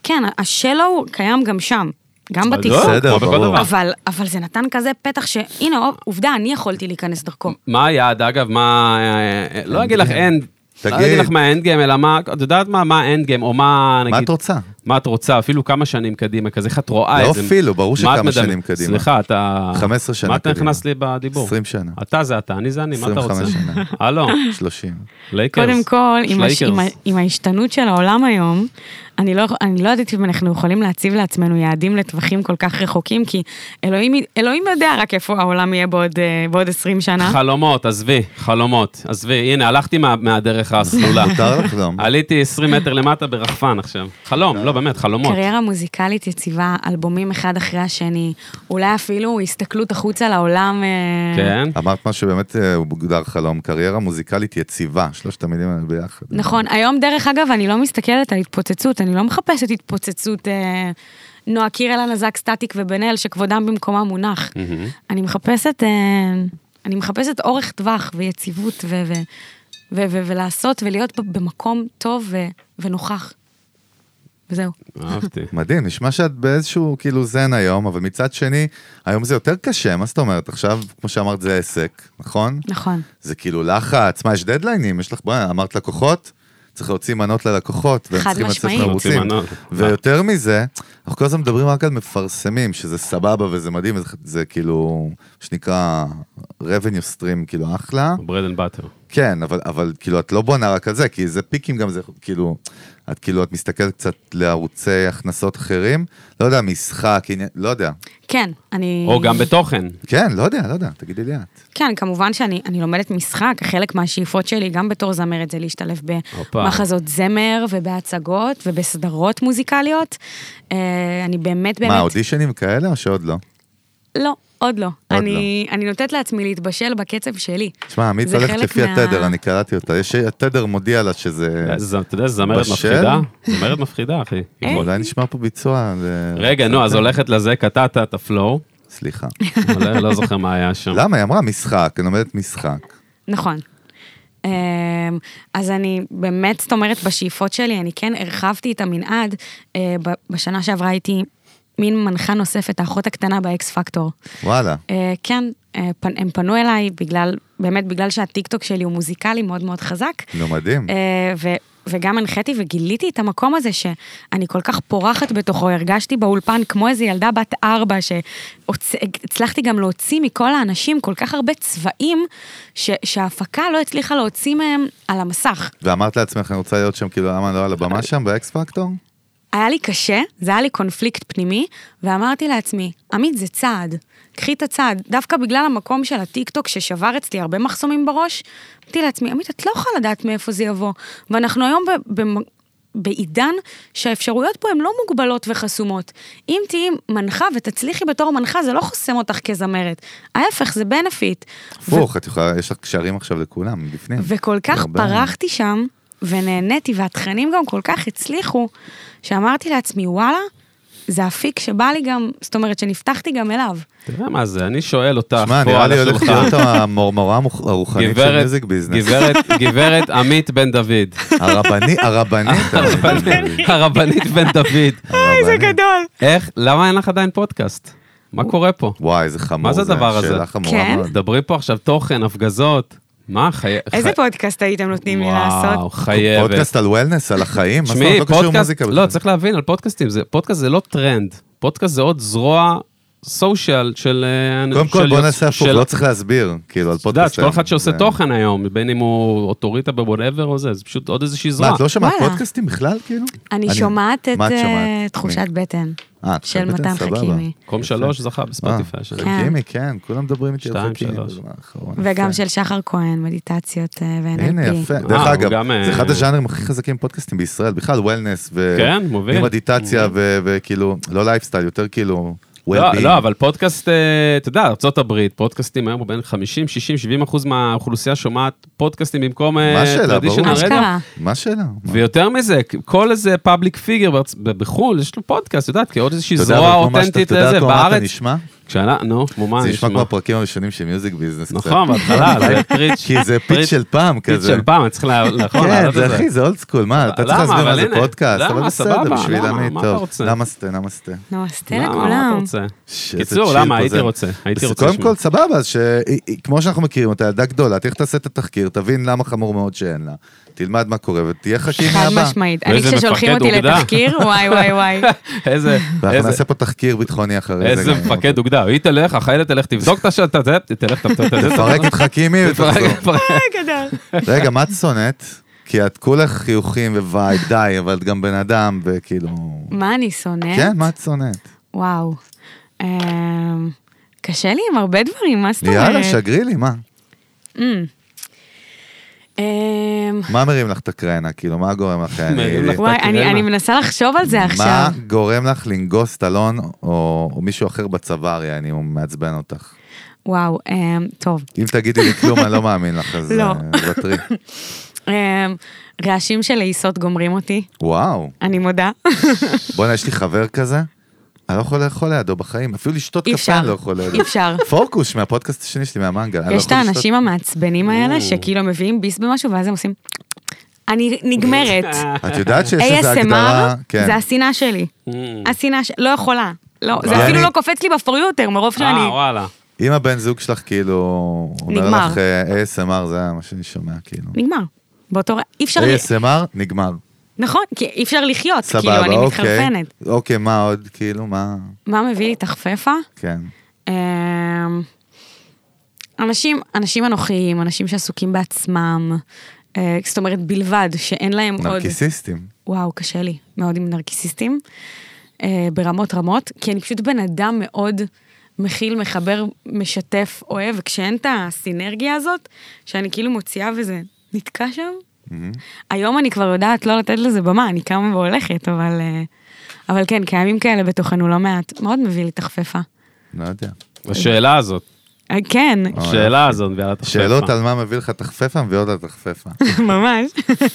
[SPEAKER 2] וכן, השלו קיים גם שם, גם
[SPEAKER 1] אבל
[SPEAKER 2] בטיקטוק.
[SPEAKER 1] לא,
[SPEAKER 4] בסדר,
[SPEAKER 1] כמו בכל
[SPEAKER 4] ברור.
[SPEAKER 1] דבר.
[SPEAKER 2] אבל, אבל זה נתן כזה פתח שהנה, עובדה, אני יכולתי להיכנס דרכו.
[SPEAKER 1] מה היעד, אגב, מה... אה, אה, לא אגיד לך אנד, לא
[SPEAKER 4] תגיד.
[SPEAKER 1] אגיד לך מה האנד גיים, אלא מה, את יודעת מה, מה האנד גיים, או מה, נגיד...
[SPEAKER 4] מה את רוצה?
[SPEAKER 1] מה את רוצה, אפילו כמה שנים קדימה, כזה, איך את רואה
[SPEAKER 4] לא
[SPEAKER 1] את זה?
[SPEAKER 4] אפילו, ברור
[SPEAKER 1] מה את
[SPEAKER 4] שכמה
[SPEAKER 1] מדמי-
[SPEAKER 4] שנים קדימה.
[SPEAKER 1] סליחה, אתה...
[SPEAKER 4] 15 שנה
[SPEAKER 1] מה אתה
[SPEAKER 4] קדימה.
[SPEAKER 1] נכנס לי בדיבור?
[SPEAKER 4] 20 שנה.
[SPEAKER 1] אתה זה אתה, אני זה אני, מה אתה רוצה?
[SPEAKER 4] 25 שנה.
[SPEAKER 1] הלו,
[SPEAKER 4] 30.
[SPEAKER 1] לייקרס.
[SPEAKER 2] קודם כל,
[SPEAKER 1] יש
[SPEAKER 2] עם, הש...
[SPEAKER 1] לייקרס.
[SPEAKER 2] עם, ה... עם ההשתנות של העולם היום, אני לא, אני לא יודעת אם אנחנו יכולים להציב לעצמנו יעדים לטווחים כל כך רחוקים, כי אלוהים, אלוהים יודע רק איפה העולם יהיה בעוד, אה, בעוד 20 שנה.
[SPEAKER 1] חלומות, עזבי, חלומות. עזבי, הנה, הלכתי מה- מהדרך הסלולה.
[SPEAKER 4] מותר לחלום.
[SPEAKER 1] עליתי 20 מטר למטה ברחפן עכשיו. חלום,
[SPEAKER 4] כן.
[SPEAKER 1] לא באמת, חלומות.
[SPEAKER 2] קריירה מוזיקלית יציבה, אלבומים אחד אחרי השני, אולי אפילו הסתכלות החוצה לעולם. אה,
[SPEAKER 1] כן?
[SPEAKER 4] אמרת משהו שבאמת אה, הוא מוגדר חלום, קריירה מוזיקלית יציבה, שלושת המילים האלה ביחד.
[SPEAKER 2] נכון, היום דרך אגב, אני לא מסתכלת על התפוצצות, אני לא מחפשת התפוצצות אה, נועה קירל, אנה זק, סטטיק ובן אל, שכבודם במקומה מונח.
[SPEAKER 1] Mm-hmm.
[SPEAKER 2] אני מחפשת, אה, אני מחפשת אורך טווח ויציבות ו- ו- ו- ו- ולעשות ולהיות ב- במקום טוב ו- ונוכח. וזהו.
[SPEAKER 1] אהבתי.
[SPEAKER 4] מדהים, נשמע שאת באיזשהו כאילו זן היום, אבל מצד שני, היום זה יותר קשה, מה זאת אומרת? עכשיו, כמו שאמרת, זה עסק, נכון?
[SPEAKER 2] נכון.
[SPEAKER 4] זה כאילו לחץ, מה, יש דדליינים? יש לך, בואי, אמרת לקוחות? צריך להוציא מנות ללקוחות, והם
[SPEAKER 2] חד
[SPEAKER 4] צריכים לצאת
[SPEAKER 2] משמעית.
[SPEAKER 1] להוציא
[SPEAKER 4] מרוצים.
[SPEAKER 1] מנות.
[SPEAKER 4] ויותר מזה, אנחנו כל הזמן מדברים רק על מפרסמים, שזה סבבה וזה מדהים, וזה- זה כאילו, מה שנקרא revenue stream, כאילו אחלה.
[SPEAKER 1] ברד אנד באטר.
[SPEAKER 4] כן, אבל, אבל כאילו את לא בונה רק על זה, כי זה פיקים גם זה, כאילו, את כאילו, את מסתכלת קצת לערוצי הכנסות אחרים, לא יודע, משחק, עניין, לא יודע.
[SPEAKER 2] כן, אני...
[SPEAKER 1] או גם בתוכן.
[SPEAKER 4] כן, לא יודע, לא יודע, תגידי לי את.
[SPEAKER 2] כן, כמובן שאני אני לומדת משחק, חלק מהשאיפות שלי, גם בתור זמרת, זה להשתלב
[SPEAKER 1] הופה.
[SPEAKER 2] במחזות זמר ובהצגות ובסדרות מוזיקליות. אה, אני באמת באמת...
[SPEAKER 4] מה, אודישנים כאלה או שעוד לא?
[SPEAKER 2] לא, עוד לא.
[SPEAKER 4] עוד
[SPEAKER 2] אני, אני נותנת לעצמי להתבשל בקצב שלי.
[SPEAKER 4] תשמע, עמית
[SPEAKER 2] זה
[SPEAKER 4] הולכת
[SPEAKER 2] חלק
[SPEAKER 4] לפי
[SPEAKER 2] מה-
[SPEAKER 4] התדר, אני קראתי אותה. יש, התדר מודיע לה שזה...
[SPEAKER 1] אה, זה- אתה יודע, זו זמרת
[SPEAKER 4] בשל?
[SPEAKER 1] מפחידה? זמרת מפחידה, אחי.
[SPEAKER 2] אה.
[SPEAKER 4] אולי נשמע פה ביצוע. ל-
[SPEAKER 1] רגע, נו, אז הולכת לזה, קטעת את הפלואו.
[SPEAKER 4] סליחה.
[SPEAKER 1] אבל לא זוכר מה היה שם.
[SPEAKER 4] למה? היא אמרה משחק, היא לומדת משחק.
[SPEAKER 2] נכון. אמ, אז אני באמת, זאת אומרת, בשאיפות שלי, אני כן הרחבתי את המנעד. אה, ב- בשנה שעברה הייתי מין מנחה נוספת, האחות הקטנה באקס פקטור.
[SPEAKER 4] וואלה.
[SPEAKER 2] אה, כן, אה, פנ- הם פנו אליי בגלל, באמת בגלל שהטיקטוק שלי הוא מוזיקלי מאוד מאוד חזק.
[SPEAKER 4] נו, מדהים.
[SPEAKER 2] אה, ו... וגם הנחיתי וגיליתי את המקום הזה שאני כל כך פורחת בתוכו, הרגשתי באולפן כמו איזו ילדה בת ארבע, שהצלחתי גם להוציא מכל האנשים כל כך הרבה צבעים, ש... שההפקה לא הצליחה להוציא מהם על המסך.
[SPEAKER 4] ואמרת לעצמך, אני רוצה להיות שם, כאילו, למה לא על הבמה שם, באקס פקטור?
[SPEAKER 2] היה לי קשה, זה היה לי קונפליקט פנימי, ואמרתי לעצמי, עמית, זה צעד. קחי את הצעד. דווקא בגלל המקום של הטיקטוק ששבר אצלי הרבה מחסומים בראש, אמרתי לעצמי, עמית, את לא יכולה לדעת מאיפה זה יבוא. ואנחנו היום ב- ב- בעידן שהאפשרויות פה הן לא מוגבלות וחסומות. אם תהיי מנחה ותצליחי בתור מנחה, זה לא חוסם אותך כזמרת. ההפך, זה בנפיט.
[SPEAKER 4] הפוך, את יכולה, יש לך קשרים עכשיו לכולם, מבפנים.
[SPEAKER 2] וכל כך
[SPEAKER 4] הרבה.
[SPEAKER 2] פרחתי שם, ונהניתי, והתכנים גם כל כך הצליחו, שאמרתי לעצמי, וואלה, זה אפיק שבא לי גם, זאת אומרת, שנפתחתי גם אליו.
[SPEAKER 1] תראה מה זה, אני שואל אותך
[SPEAKER 2] אה,
[SPEAKER 1] פה
[SPEAKER 4] שמע, נראה
[SPEAKER 1] על
[SPEAKER 4] לי הולך
[SPEAKER 1] השולחן.
[SPEAKER 4] להיות המורמורה המוח- הרוחנית של
[SPEAKER 1] גברת,
[SPEAKER 4] מיוזיק ביזנס.
[SPEAKER 1] גברת, גברת עמית בן דוד.
[SPEAKER 4] הרבנית, הרבנית.
[SPEAKER 1] הרבנית בן דוד.
[SPEAKER 4] הרבנית.
[SPEAKER 2] גדול.
[SPEAKER 1] איך, למה אין לך עדיין פודקאסט? מה קורה פה?
[SPEAKER 4] וואי, זה חמור.
[SPEAKER 1] מה זה הדבר הזה?
[SPEAKER 4] שאלה חמורה
[SPEAKER 2] כן?
[SPEAKER 4] מאוד.
[SPEAKER 1] דברי פה עכשיו תוכן, הפגזות. מה, חיי...
[SPEAKER 2] איזה
[SPEAKER 1] חיי-
[SPEAKER 2] פודקאסט הייתם נותנים לי
[SPEAKER 1] וואו,
[SPEAKER 2] לעשות?
[SPEAKER 1] חייבת.
[SPEAKER 4] פודקאסט על וולנס, על החיים, מה זאת אומרת?
[SPEAKER 1] תשמעי,
[SPEAKER 4] לא קשור
[SPEAKER 1] פודקאסט,
[SPEAKER 4] מוזיקה
[SPEAKER 1] לא,
[SPEAKER 4] בכלל.
[SPEAKER 1] צריך להבין, על פודקאסטים, זה- פודקאסט זה לא טרנד, פודקאסט זה עוד זרוע סושיאל של... אה,
[SPEAKER 4] קודם כל
[SPEAKER 1] של
[SPEAKER 4] בוא
[SPEAKER 1] יוצ-
[SPEAKER 4] נעשה הפוך,
[SPEAKER 1] של-
[SPEAKER 4] לא צריך להסביר, כאילו, על
[SPEAKER 1] את יודעת,
[SPEAKER 4] פודקאסט.
[SPEAKER 1] כל אחד שעושה
[SPEAKER 4] זה-
[SPEAKER 1] תוכן היום, בין אם הוא אוטוריטה בוואטאבר או זה, זה פשוט עוד איזושהי זרוע.
[SPEAKER 4] מה, את לא שומעת
[SPEAKER 2] וואלה.
[SPEAKER 4] פודקאסטים בכלל, כאילו?
[SPEAKER 2] אני שומעת את
[SPEAKER 4] מה
[SPEAKER 2] אה,
[SPEAKER 4] שומעת?
[SPEAKER 2] תחושת בטן
[SPEAKER 4] אה, תחושת
[SPEAKER 2] של
[SPEAKER 4] בטן,
[SPEAKER 2] מתן
[SPEAKER 4] סבבה.
[SPEAKER 2] חכימי,
[SPEAKER 1] מקום שלוש זכה בספוטיפיי.
[SPEAKER 4] אה,
[SPEAKER 1] השנה.
[SPEAKER 2] כן.
[SPEAKER 4] חכימי, כן, כולם מדברים איתי
[SPEAKER 1] שתיים,
[SPEAKER 4] על חכימי.
[SPEAKER 1] שלוש.
[SPEAKER 4] בזמן האחרון,
[SPEAKER 2] וגם
[SPEAKER 4] יפה.
[SPEAKER 2] של שחר כהן, מדיטציות אה, ו-NLP.
[SPEAKER 4] הנה, יפה. דרך
[SPEAKER 1] הוא
[SPEAKER 4] אגב,
[SPEAKER 1] גם,
[SPEAKER 4] זה
[SPEAKER 1] אה,
[SPEAKER 4] אחד הז'אנרים הכי חזקים בפודקאסטים בישראל, בכלל וולנס, ו...
[SPEAKER 1] כן, מוביל.
[SPEAKER 4] עם מדיטציה ו- וכאילו, לא לייפסטייל, יותר כאילו...
[SPEAKER 1] לא,
[SPEAKER 4] well-being.
[SPEAKER 1] לא, אבל פודקאסט, אה, אתה יודע, ארה"ב, פודקאסטים היום הוא בין 50, 60, 70 אחוז מהאוכלוסייה שומעת פודקאסטים במקום
[SPEAKER 4] מה השאלה? ברור.
[SPEAKER 1] אה, traditional radio.
[SPEAKER 2] אשכרה.
[SPEAKER 4] מה השאלה? מה?
[SPEAKER 1] ויותר מזה, כל איזה פאבליק פיגר בחו"ל, יש לו פודקאסט, יודעת, כעוד איזושהי
[SPEAKER 4] אתה יודע,
[SPEAKER 1] זרוע
[SPEAKER 4] אבל כמו מה שאתה-
[SPEAKER 1] אותנטית
[SPEAKER 4] אתה
[SPEAKER 1] לזה,
[SPEAKER 4] יודע כמו מה אתה
[SPEAKER 1] בארץ.
[SPEAKER 4] נשמע?
[SPEAKER 1] כשאלה, נו, כמו מה
[SPEAKER 4] זה
[SPEAKER 1] אני
[SPEAKER 4] נשמע
[SPEAKER 1] אשמע.
[SPEAKER 4] כמו הפרקים הראשונים של מיוזיק ביזנס.
[SPEAKER 1] אה, נכון, בהתחלה, זה פריץ'.
[SPEAKER 4] כי זה פיץ של פעם
[SPEAKER 1] פיץ'
[SPEAKER 4] כזה.
[SPEAKER 1] של פעם, אני צריך לה- נכון,
[SPEAKER 4] כן,
[SPEAKER 1] להעלות את
[SPEAKER 4] זה אחי, זה אולד סקול, מה, אתה צריך
[SPEAKER 1] למה?
[SPEAKER 4] להסביר מה
[SPEAKER 1] אבל
[SPEAKER 4] זה
[SPEAKER 1] הנה,
[SPEAKER 4] פודקאסט, אבל
[SPEAKER 1] למה?
[SPEAKER 4] בסדר,
[SPEAKER 1] סבבה,
[SPEAKER 4] בשביל
[SPEAKER 1] למה?
[SPEAKER 4] עמית,
[SPEAKER 1] מה אתה
[SPEAKER 4] טוב.
[SPEAKER 1] רוצה?
[SPEAKER 4] נמסטה, נמסטה.
[SPEAKER 2] נמסתה
[SPEAKER 1] למה, מה אתה
[SPEAKER 2] לכולם.
[SPEAKER 1] רוצה?
[SPEAKER 4] ש- איזה
[SPEAKER 1] קיצור,
[SPEAKER 4] צ'יל פה
[SPEAKER 1] למה, הייתי
[SPEAKER 4] זה.
[SPEAKER 1] רוצה, הייתי
[SPEAKER 4] אז
[SPEAKER 1] רוצה.
[SPEAKER 4] קודם
[SPEAKER 1] לשמוע.
[SPEAKER 4] כל, סבבה, אז שכמו שאנחנו מכירים אותה, ילדה גדולה, תלך תעשה את התחקיר, תבין למה חמור מאוד שאין לה, תלמד מה קורה ותהיה חכימי
[SPEAKER 2] חד
[SPEAKER 4] הבא.
[SPEAKER 2] משמעית. אני
[SPEAKER 1] ואיזה
[SPEAKER 2] כששולחים
[SPEAKER 1] מפקד
[SPEAKER 2] אותי
[SPEAKER 1] אוגדה.
[SPEAKER 2] לתחקיר, וואי וואי וואי.
[SPEAKER 1] איזה,
[SPEAKER 4] ואנחנו
[SPEAKER 1] איזה-
[SPEAKER 4] נעשה פה תחקיר ביטחוני אחרי זה.
[SPEAKER 1] איזה
[SPEAKER 4] גם.
[SPEAKER 1] מפקד אוגדה, היא תלך, החיילת תלך, תבדוק את השטח, תלך, תבדוק את השטח.
[SPEAKER 4] תפרק את חכימי ותחזור.
[SPEAKER 1] תפרק. אה,
[SPEAKER 2] גדול.
[SPEAKER 4] רגע, מה את שונאת? כי את כולך חיוכים ווייב, די, אבל את גם בן אדם, וכאילו...
[SPEAKER 2] מה אני שונאת?
[SPEAKER 4] כן, מה את שונאת?
[SPEAKER 2] וואו. אמ, קשה לי עם הרבה דברים, מה זאת אומרת?
[SPEAKER 4] יאללה, שגרי לי, מה?
[SPEAKER 2] אמ. אמ,
[SPEAKER 4] מה מרים לך את הקרנה? כאילו, מה גורם אה, לך? אני-
[SPEAKER 1] מרים לך
[SPEAKER 2] וואי,
[SPEAKER 1] תראה
[SPEAKER 2] אני
[SPEAKER 1] מה.
[SPEAKER 2] אני מנסה לחשוב על זה עכשיו.
[SPEAKER 4] מה גורם לך לנגוס את אלון או או מישהו אחר בצוואר, יעני, הוא מעצבן אותך?
[SPEAKER 2] וואו, אמ, טוב.
[SPEAKER 4] אם תגידי לי כלום, אני לא מאמין לך, אז אה,
[SPEAKER 2] לא.
[SPEAKER 4] ותרי.
[SPEAKER 2] אמ, רעשים של לעיסות גומרים אותי,
[SPEAKER 4] וואו.
[SPEAKER 2] אני מודה.
[SPEAKER 4] בואנה, יש לי חבר כזה, אני לא יכול לאכול לידו בחיים, אפילו לשתות
[SPEAKER 2] אי
[SPEAKER 4] קפה
[SPEAKER 2] אפשר,
[SPEAKER 4] אני לא יכול לידו.
[SPEAKER 2] אי אפשר.
[SPEAKER 4] פורקוש מהפודקאסט השני שלי, מהמנגל. אני לא
[SPEAKER 2] יש את
[SPEAKER 4] יכול לשתות.
[SPEAKER 2] האנשים המעצבנים האלה, שכאילו הם מביאים ביס במשהו, ואז הם עושים... אני נגמרת.
[SPEAKER 4] את יודעת שיש איזו הגדרה...
[SPEAKER 2] ASMR
[SPEAKER 4] כן.
[SPEAKER 2] זה השנאה שלי. השנאה שלי, לא יכולה. לא, זה
[SPEAKER 4] וואי.
[SPEAKER 2] אפילו
[SPEAKER 4] אני-
[SPEAKER 2] לא קופץ לי בפור יותר, מרוב שאני...
[SPEAKER 1] אה, וואלה.
[SPEAKER 4] אם הבן זוג שלך כאילו... אומר
[SPEAKER 2] נגמר.
[SPEAKER 4] לך אה, ASMR, זה מה שאני שומע, כאילו.
[SPEAKER 2] נגמר. באותו... ר- אי אפשר... ל-
[SPEAKER 4] ASMR, נגמר.
[SPEAKER 2] נכון, כי אי אפשר לחיות, כאילו,
[SPEAKER 4] סבבה,
[SPEAKER 2] אני
[SPEAKER 4] אוקיי.
[SPEAKER 2] מתחרפנת.
[SPEAKER 4] אוקיי, מה עוד? כאילו, מה...
[SPEAKER 2] מה מביא לי את החפפה?
[SPEAKER 4] כן.
[SPEAKER 2] אמ, אנשים, אנשים אנוכיים, אנשים שעסוקים בעצמם, אה, זאת אומרת בלבד, שאין להם עוד...
[SPEAKER 4] נרקיסיסטים.
[SPEAKER 2] וואו, קשה לי מאוד עם נרקיסיסטים, אה, ברמות רמות, כי אני פשוט בן אדם מאוד מכיל, מחבר, משתף, אוהב, וכשאין את הסינרגיה הזאת, שאני כאילו מוציאה וזה נתקע שם, היום אני כבר יודעת לא לתת לזה במה, אני קמה והולכת, אבל, אה, אבל כן, קיימים כאלה בתוכנו לא מעט, מאוד מביא לי את החפפה.
[SPEAKER 4] לא יודע.
[SPEAKER 1] השאלה הזאת,
[SPEAKER 2] אה, כן,
[SPEAKER 1] השאלה הזאת, ויאללה תחשב.
[SPEAKER 4] שאלות על מה מביא לך את החפפה, מביאות לה את החפפה.
[SPEAKER 2] ממש.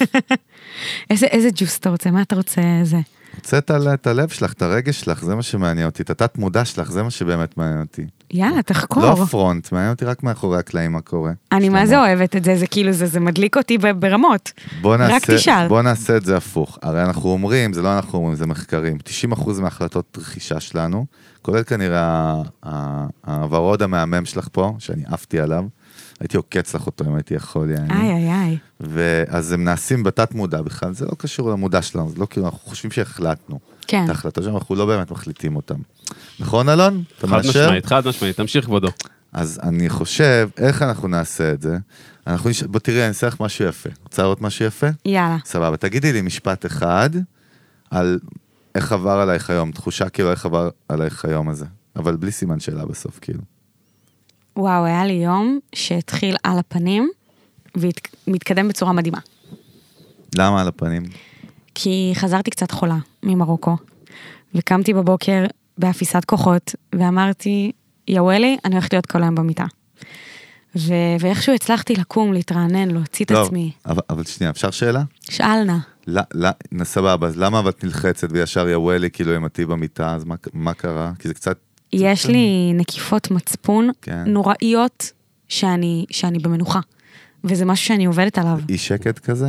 [SPEAKER 2] איזה, איזה ג'וס אתה רוצה? מה אתה רוצה? זה.
[SPEAKER 4] הוצאת על- את הלב שלך, את הרגש שלך, זה מה שמעניין אותי. את התת מודע שלך, זה מה שבאמת מעניין אותי.
[SPEAKER 2] יאללה, תחקור.
[SPEAKER 4] לא הפרונט, מעניין אותי רק מאחורי הקלעים מה קורה.
[SPEAKER 2] אני מה זה
[SPEAKER 4] שלמה. כן.
[SPEAKER 2] אוהבת את זה, זה כאילו, זה, זה מדליק אותי ב- ברמות.
[SPEAKER 4] בוא
[SPEAKER 2] רק
[SPEAKER 4] נעשה,
[SPEAKER 2] תשאל.
[SPEAKER 4] בוא נעשה את זה הפוך. הרי אנחנו אומרים, זה לא אנחנו אומרים, זה מחקרים. 90% מההחלטות רכישה שלנו, כולל כנראה ה- ה- הוורוד המהמם שלך פה, שאני עפתי עליו, הייתי עוקץ לך אותו אם הייתי יכול,
[SPEAKER 2] איי
[SPEAKER 4] יעני.
[SPEAKER 2] איי איי.
[SPEAKER 4] ואז הם נעשים בתת מודע בכלל, זה לא קשור למודע שלנו, זה לא כאילו, אנחנו חושבים שהחלטנו.
[SPEAKER 2] כן.
[SPEAKER 4] את ההחלטות שלנו, אנחנו לא באמת מחליטים אותן. נכון, אלון? אתה
[SPEAKER 1] חד
[SPEAKER 4] מאשר?
[SPEAKER 1] משמעית, חד משמעית, תמשיך כבודו.
[SPEAKER 4] אז אני חושב, איך אנחנו נעשה את זה? אנחנו נש... בוא תראי, אני אעשה לך משהו יפה. רוצה לראות משהו יפה?
[SPEAKER 2] יאללה.
[SPEAKER 4] סבבה, תגידי לי משפט אחד על איך עבר עלייך היום, תחושה כאילו איך עבר עלייך היום הזה, אבל בלי סימן שאלה בסוף, כאילו.
[SPEAKER 2] וואו, היה לי יום שהתחיל על הפנים, ומתקדם בצורה מדהימה.
[SPEAKER 4] למה על הפנים?
[SPEAKER 2] כי חזרתי קצת חולה ממרוקו, וקמתי בבוקר באפיסת כוחות, ואמרתי, יא וואלי, אני הולכת להיות כל היום במיטה. ו- ואיכשהו הצלחתי לקום, להתרענן, להוציא
[SPEAKER 4] לא.
[SPEAKER 2] את עצמי.
[SPEAKER 4] אבל, אבל שנייה, אפשר שאלה?
[SPEAKER 2] שאל נא.
[SPEAKER 4] לא, לא, נה, סבבה, אז למה אבל את נלחצת וישר יא וואלי, כאילו אם את תהיי במיטה, אז מה, מה קרה? כי זה קצת...
[SPEAKER 2] יש לי נקיפות מצפון
[SPEAKER 4] כן.
[SPEAKER 2] נוראיות שאני, שאני במנוחה, וזה משהו שאני עובדת עליו.
[SPEAKER 4] אי שקט כזה?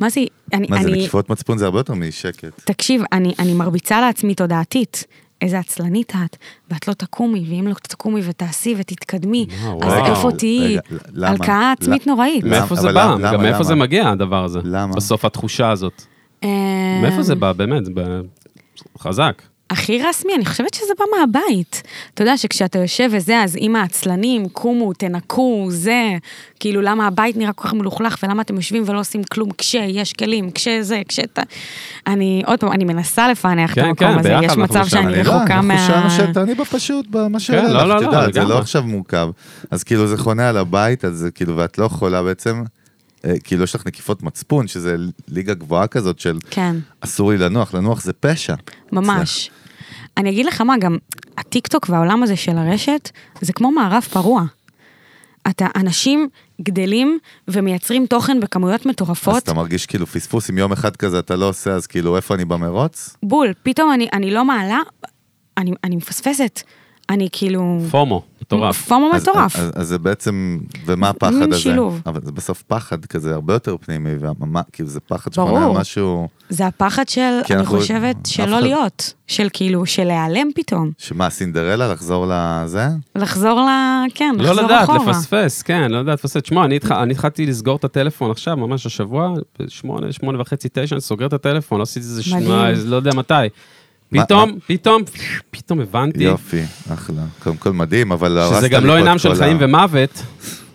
[SPEAKER 2] מה זה, אני,
[SPEAKER 4] מה זה,
[SPEAKER 2] אני,
[SPEAKER 4] נקיפות מצפון זה הרבה יותר מאי שקט.
[SPEAKER 2] תקשיב, אני, אני מרביצה לעצמי תודעתית. איזה עצלנית את, ואת לא תקומי, ואם לא תקומי ותעשי ותתקדמי,
[SPEAKER 1] וואו,
[SPEAKER 2] אז
[SPEAKER 1] וואו.
[SPEAKER 2] איפה תהיי?
[SPEAKER 4] אה, רגע, ל- למה?
[SPEAKER 2] הלקאה עצמית
[SPEAKER 4] ל-
[SPEAKER 2] נוראית.
[SPEAKER 4] למה?
[SPEAKER 1] מאיפה זה
[SPEAKER 4] אבל
[SPEAKER 1] בא?
[SPEAKER 4] למה- למה-
[SPEAKER 1] גם מאיפה זה
[SPEAKER 4] למה?
[SPEAKER 1] מגיע הדבר הזה?
[SPEAKER 4] למה?
[SPEAKER 1] בסוף התחושה הזאת.
[SPEAKER 2] אה,
[SPEAKER 1] מאיפה זה בא? באמת, זה ב- חזק.
[SPEAKER 2] הכי רסמי, אני חושבת שזה בא מהבית. אתה יודע שכשאתה יושב וזה, אז עם העצלנים, קומו, תנקו, זה, כאילו למה הבית נראה כל כך מלוכלך ולמה אתם יושבים ולא עושים כלום כשיש כלים, כשזה, כשת... אני, עוד פעם, אני מנסה לפענח
[SPEAKER 1] כן,
[SPEAKER 2] את המקום
[SPEAKER 1] כן,
[SPEAKER 2] הזה,
[SPEAKER 1] ביחד
[SPEAKER 2] יש
[SPEAKER 1] אנחנו שם,
[SPEAKER 2] מצב שאני
[SPEAKER 1] אני
[SPEAKER 4] לא,
[SPEAKER 2] רחוקה
[SPEAKER 4] אני חושב
[SPEAKER 2] מה...
[SPEAKER 4] שאתה אני בפשוט, במה שעולה
[SPEAKER 1] לא,
[SPEAKER 4] לך,
[SPEAKER 1] לא,
[SPEAKER 4] את
[SPEAKER 1] לא,
[SPEAKER 4] יודעת, זה
[SPEAKER 1] לגמרי.
[SPEAKER 4] לא עכשיו מורכב. אז כאילו זה חונה על הבית, אז זה כאילו, ואת לא יכולה בעצם, אה, כאילו יש לך נקיפות מצפון, שזה ליגה גבוהה כזאת של
[SPEAKER 2] כן.
[SPEAKER 4] אסור לי לנוח, לנוח זה פשע.
[SPEAKER 2] ממש. אני אגיד לך מה, גם הטיקטוק והעולם הזה של הרשת, זה כמו מערב פרוע. אתה, אנשים גדלים ומייצרים תוכן בכמויות
[SPEAKER 4] אז
[SPEAKER 2] מטורפות.
[SPEAKER 4] אתה מרגיש כאילו פספוס, אם יום אחד כזה אתה לא עושה, אז כאילו איפה אני במרוץ?
[SPEAKER 2] בול, פתאום אני, אני לא מעלה, אני, אני מפספסת. אני כאילו...
[SPEAKER 1] פומו, מטורף.
[SPEAKER 2] פומו
[SPEAKER 4] אז-
[SPEAKER 2] מטורף.
[SPEAKER 4] אז- אז זה בעצם, ומה הפחד
[SPEAKER 2] מין
[SPEAKER 4] הזה?
[SPEAKER 2] שילוב.
[SPEAKER 4] אבל זה בסוף פחד כזה הרבה יותר פנימי, והמה- כאילו זה פחד
[SPEAKER 2] ברור.
[SPEAKER 4] שחונה על משהו,
[SPEAKER 2] זה הפחד של,
[SPEAKER 4] כי
[SPEAKER 2] אני
[SPEAKER 4] אנחנו-
[SPEAKER 2] חושבת,
[SPEAKER 4] אף
[SPEAKER 2] של
[SPEAKER 4] אחד-
[SPEAKER 2] לא להיות. של כאילו, של להיעלם פתאום.
[SPEAKER 4] שמה, סינדרלה, לחזור לזה?
[SPEAKER 2] לחזור ל... כן,
[SPEAKER 1] לא
[SPEAKER 2] לחזור
[SPEAKER 1] לדעת,
[SPEAKER 2] אחורה.
[SPEAKER 1] לפספס, כן, לא לדעת לפספס. שמע, אני התח- אני התחלתי לסגור את הטלפון עכשיו, ממש השבוע, בשמונה, שמונה וחצי, תשע, אני סוגר את הטלפון, לא עשיתי איזה
[SPEAKER 2] מדהים.
[SPEAKER 1] שנה, איזה- לא יודע מתי.
[SPEAKER 4] מה- אה?
[SPEAKER 1] פתאום, פתאום, פתאום הבנתי
[SPEAKER 4] יופי, אחלה. קודם כל מדהים, אבל הרסת לי
[SPEAKER 1] שזה
[SPEAKER 4] פה
[SPEAKER 1] גם לא
[SPEAKER 4] את
[SPEAKER 1] עינם
[SPEAKER 4] כל
[SPEAKER 1] של
[SPEAKER 4] ה-
[SPEAKER 1] חיים ומוות,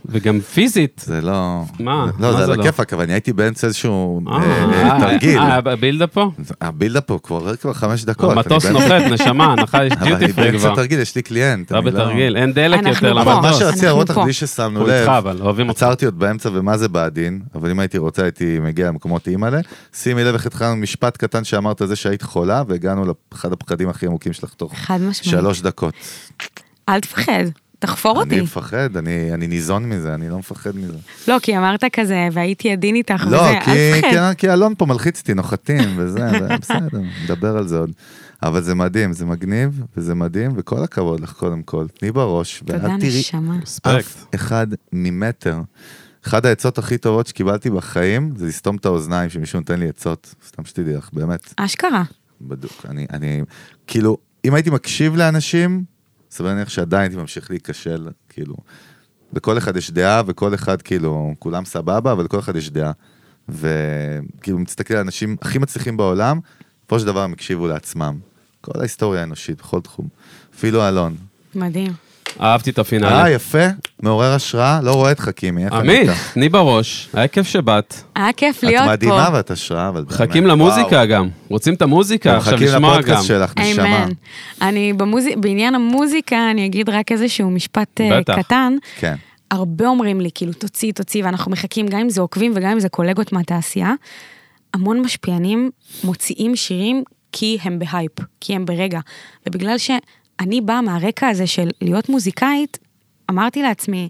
[SPEAKER 1] וגם פיזית.
[SPEAKER 4] זה לא...
[SPEAKER 1] מה? מה
[SPEAKER 4] לא, זה
[SPEAKER 1] זה
[SPEAKER 4] על
[SPEAKER 1] לא?
[SPEAKER 4] הכיפאק, אבל אני הייתי באמצע איזשהו אה,
[SPEAKER 1] אה,
[SPEAKER 4] אה,
[SPEAKER 1] אה,
[SPEAKER 4] תרגיל.
[SPEAKER 1] אה, הבילדה פה?
[SPEAKER 4] הבילדה פה כבר כבר חמש דקות. אני
[SPEAKER 1] המטוס
[SPEAKER 4] באמצע-
[SPEAKER 1] נוחת, נשמה, הנחה יש
[SPEAKER 4] אבל אני
[SPEAKER 1] דיוטי פרי
[SPEAKER 4] באמצע
[SPEAKER 1] כבר.
[SPEAKER 4] תרגיל, יש לי קליינט.
[SPEAKER 1] אתה
[SPEAKER 4] אני לא-
[SPEAKER 1] בתרגיל, אין דלק
[SPEAKER 2] אנחנו
[SPEAKER 1] יותר
[SPEAKER 2] פה.
[SPEAKER 4] אבל מה
[SPEAKER 2] לא, אנחנו
[SPEAKER 1] למטוס.
[SPEAKER 4] שרציתי להראות לך,
[SPEAKER 2] פה.
[SPEAKER 4] בלי ששמנו
[SPEAKER 1] הוא
[SPEAKER 4] לב,
[SPEAKER 1] איתך, אבל אוהבים אותך.
[SPEAKER 4] עצרתי עוד באמצע, ומה זה בעדין, אבל אם הייתי רוצה, הייתי מגיע למקומות אימא'לה. שימי לב איך התחלנו משפט קטן שאמרת זה שהיית חולה, והגענו לאחד הפחדים הכי עמוקים שלך תוך
[SPEAKER 2] חד משמעית.
[SPEAKER 4] שלוש דקות.
[SPEAKER 2] אל תפחד, תחפור אותי.
[SPEAKER 4] אני מפחד, אני אני ניזון מזה, אני לא מפחד מזה.
[SPEAKER 2] לא, כי אמרת כזה, והייתי עדין איתך וזה,
[SPEAKER 4] לא,
[SPEAKER 2] אל
[SPEAKER 4] כי- כי-
[SPEAKER 2] תפחד.
[SPEAKER 4] כי אלון פה מלחיץ אותי, נוחתים וזה, אבל בסדר, נדבר על זה עוד. אבל זה מדהים, זה מגניב, וזה מדהים, וכל הכבוד לך קודם כל. תני בראש,
[SPEAKER 2] תודה,
[SPEAKER 4] ואל תראי
[SPEAKER 2] נשמה.
[SPEAKER 1] אספקט.
[SPEAKER 4] אף אחד ממטר. אחד העצות הכי טובות שקיבלתי בחיים זה לסתום את האוזניים שמישהו נותן לי עצות. סתם שתדעי לך, באמת,
[SPEAKER 2] אשכרה.
[SPEAKER 4] בדוק. אני, אני, כאילו, אם הייתי מקשיב לאנשים, סביר להניח שעדיין הייתי ממשיך להיכשל, כאילו. לכל אחד יש דעה, וכל אחד, כאילו, כולם סבבה, אבל לכל אחד יש דעה. וכאילו, מסתכל על האנשים הכי מצליחים בעולם, בסופו של דבר הם הקשיבו לעצמם. כל ההיסטוריה האנושית, בכל תחום. אפילו אלון,
[SPEAKER 2] מדהים.
[SPEAKER 1] אהבתי את
[SPEAKER 4] אה,
[SPEAKER 1] הפינאלי.
[SPEAKER 4] יפה, מעורר השראה, לא רואה את חכימי, איך
[SPEAKER 1] עמית,
[SPEAKER 4] אתה?
[SPEAKER 1] תני בראש, היה כיף שבאת.
[SPEAKER 2] היה כיף להיות
[SPEAKER 4] את
[SPEAKER 2] פה.
[SPEAKER 4] מדהימה ואת השראה, אבל באמת.
[SPEAKER 1] מחכים
[SPEAKER 4] וואו.
[SPEAKER 1] למוזיקה גם. רוצים את המוזיקה,
[SPEAKER 4] אנחנו
[SPEAKER 1] עכשיו
[SPEAKER 4] מחכים
[SPEAKER 1] נשמע גם.
[SPEAKER 4] לפודקאסט שלך, נשמה.
[SPEAKER 2] אמן. אני במוז... בעניין המוזיקה, אני אגיד רק איזשהו משפט אה,
[SPEAKER 1] בטח.
[SPEAKER 2] קטן.
[SPEAKER 4] כן.
[SPEAKER 2] הרבה אומרים לי, כאילו, תוציאי, תוציאי, ואנחנו מחכים, גם אם זה עוקבים וגם אם זה קולגות מהתעשייה. המון משפיענים מוציאים שירים כי הם בהייפ, כי הם ברגע. ובגלל שאני באה מהרקע הזה של להיות מוזיקאית, אמרתי לעצמי,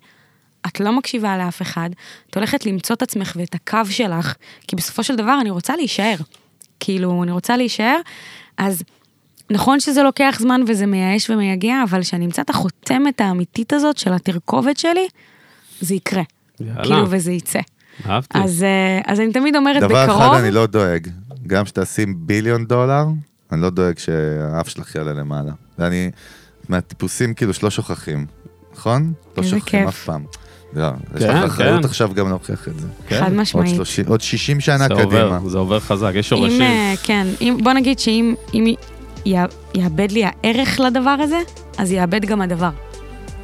[SPEAKER 2] את לא מקשיבה לאף אחד, את הולכת למצוא את עצמך ואת הקו שלך, כי בסופו של דבר אני רוצה להישאר. כאילו, אני רוצה להישאר, אז נכון שזה לוקח זמן וזה מייאש ומייגע, אבל כשאני אמצא את החותמת האמיתית הזאת של התרכובת שלי, זה יקרה.
[SPEAKER 1] יאללה. כן.
[SPEAKER 2] כאילו, וזה יצא.
[SPEAKER 1] אהבתי.
[SPEAKER 2] אז, אה, אז אני תמיד אומרת
[SPEAKER 4] דבר
[SPEAKER 2] בקרוב,
[SPEAKER 4] אחד אני לא דואג, גם שתשים ביליון דולר, אני לא דואג שהאף שלך יעלה למעלה. ואני מהטיפוסים כאילו שלא שוכחים, נכון? לא
[SPEAKER 2] איזה
[SPEAKER 4] שוכחים
[SPEAKER 2] כיף.
[SPEAKER 4] אף פעם. לא, יש
[SPEAKER 1] כן,
[SPEAKER 4] לך אחריות
[SPEAKER 1] כן.
[SPEAKER 4] עכשיו גם להוכיח את זה.
[SPEAKER 1] כן.
[SPEAKER 2] חד
[SPEAKER 4] עוד
[SPEAKER 2] משמעית.
[SPEAKER 4] 30 עוד 60 שנה
[SPEAKER 1] זה עובר,
[SPEAKER 4] קדימה.
[SPEAKER 1] זה עובר חזק, יש
[SPEAKER 2] אם,
[SPEAKER 1] שורשים.
[SPEAKER 2] אה, כן, אם, בוא נגיד שאם אם יה- יאבד לי הערך לדבר הזה, אז יאבד גם הדבר.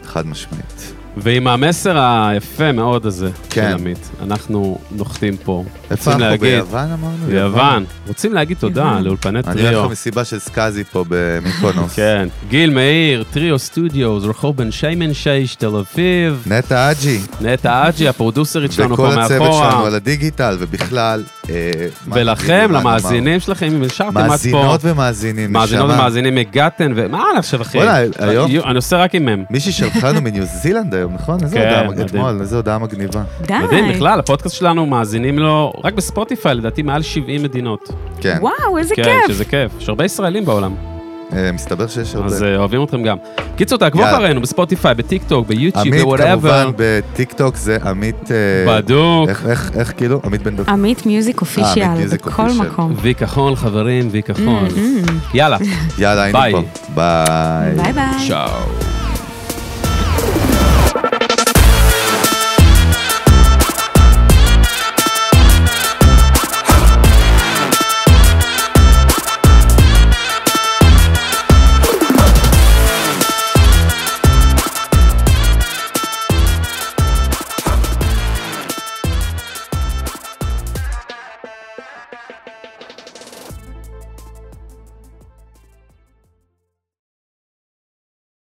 [SPEAKER 4] חד משמעית.
[SPEAKER 1] ועם המסר היפה מאוד הזה של
[SPEAKER 4] כן.
[SPEAKER 1] עמית, אנחנו נוחתים פה.
[SPEAKER 4] איפה
[SPEAKER 1] רוצים
[SPEAKER 4] אנחנו?
[SPEAKER 1] להגיד,
[SPEAKER 4] ביוון אמרנו?
[SPEAKER 1] ביוון. רוצים להגיד תודה
[SPEAKER 2] יוון.
[SPEAKER 1] לאולפני
[SPEAKER 4] אני הולך
[SPEAKER 1] טריו.
[SPEAKER 4] למסיבה של סקאזי פה במיקונוס.
[SPEAKER 1] כן. גיל מאיר, טריו סטודיוס, רחוב בן שיימן שייש, תל אביב.
[SPEAKER 4] נטע אג'י,
[SPEAKER 1] נטע אג'י, הפרודוסרית שלנו פה
[SPEAKER 4] וכל הצוות שלנו
[SPEAKER 1] מאחורה.
[SPEAKER 4] על הדיגיטל, ובכלל... אה, מה
[SPEAKER 1] ולכם,
[SPEAKER 4] נגיד, מה
[SPEAKER 1] למאזינים שלכם, אם
[SPEAKER 4] נאמר?
[SPEAKER 1] נשארתם עד פה.
[SPEAKER 4] מאזינות ומאזינים,
[SPEAKER 1] מאזינות
[SPEAKER 4] נשמה.
[SPEAKER 1] ומאזינים, הגעתם, ומה אני עכשיו, אחי?
[SPEAKER 4] וואלה, היום-
[SPEAKER 1] יו, אני עושה רק עם מם.
[SPEAKER 4] מישהי שלחה לנו מניו זילנד היום, נכון? איזה
[SPEAKER 1] כן,
[SPEAKER 4] הודעה, מג-
[SPEAKER 1] מדהים.
[SPEAKER 4] אתמול, איזה הודעה מגניבה.
[SPEAKER 2] די.
[SPEAKER 1] מדהים, בכלל, הפודקאסט שלנו, מאזינים לו, רק בספוטיפיי, לדעתי, מעל 70 מדינות.
[SPEAKER 4] כן,
[SPEAKER 2] וואו, איזה
[SPEAKER 1] כן,
[SPEAKER 2] כיף.
[SPEAKER 1] שזה כיף. יש הרבה ישראלים בעולם,
[SPEAKER 4] אה, מסתבר שיש הרבה.
[SPEAKER 1] אז אה, אוהבים אתכם גם. קיצור, תעקבו
[SPEAKER 4] יאללה.
[SPEAKER 1] אחרינו בספוטיפיי, בטיקטוק, ביוטיוב,
[SPEAKER 4] עמית
[SPEAKER 1] ב-whatever.
[SPEAKER 4] כמובן בטיקטוק זה עמית... אה,
[SPEAKER 1] בדוק.
[SPEAKER 4] איך- איך- איך כאילו? עמית בן דוד.
[SPEAKER 2] עמית מיוזיק
[SPEAKER 4] אה, עמית
[SPEAKER 2] אופישיאל,
[SPEAKER 4] מיוזיק
[SPEAKER 2] בכל
[SPEAKER 4] אופישיאל.
[SPEAKER 2] מקום.
[SPEAKER 1] וי כחול,
[SPEAKER 2] Mm-hmm.
[SPEAKER 1] חברים, וי כחול. יאללה,
[SPEAKER 4] יאללה, היינו
[SPEAKER 1] ביי.
[SPEAKER 4] פה. ביי.
[SPEAKER 2] ביי ביי.
[SPEAKER 1] צ'או.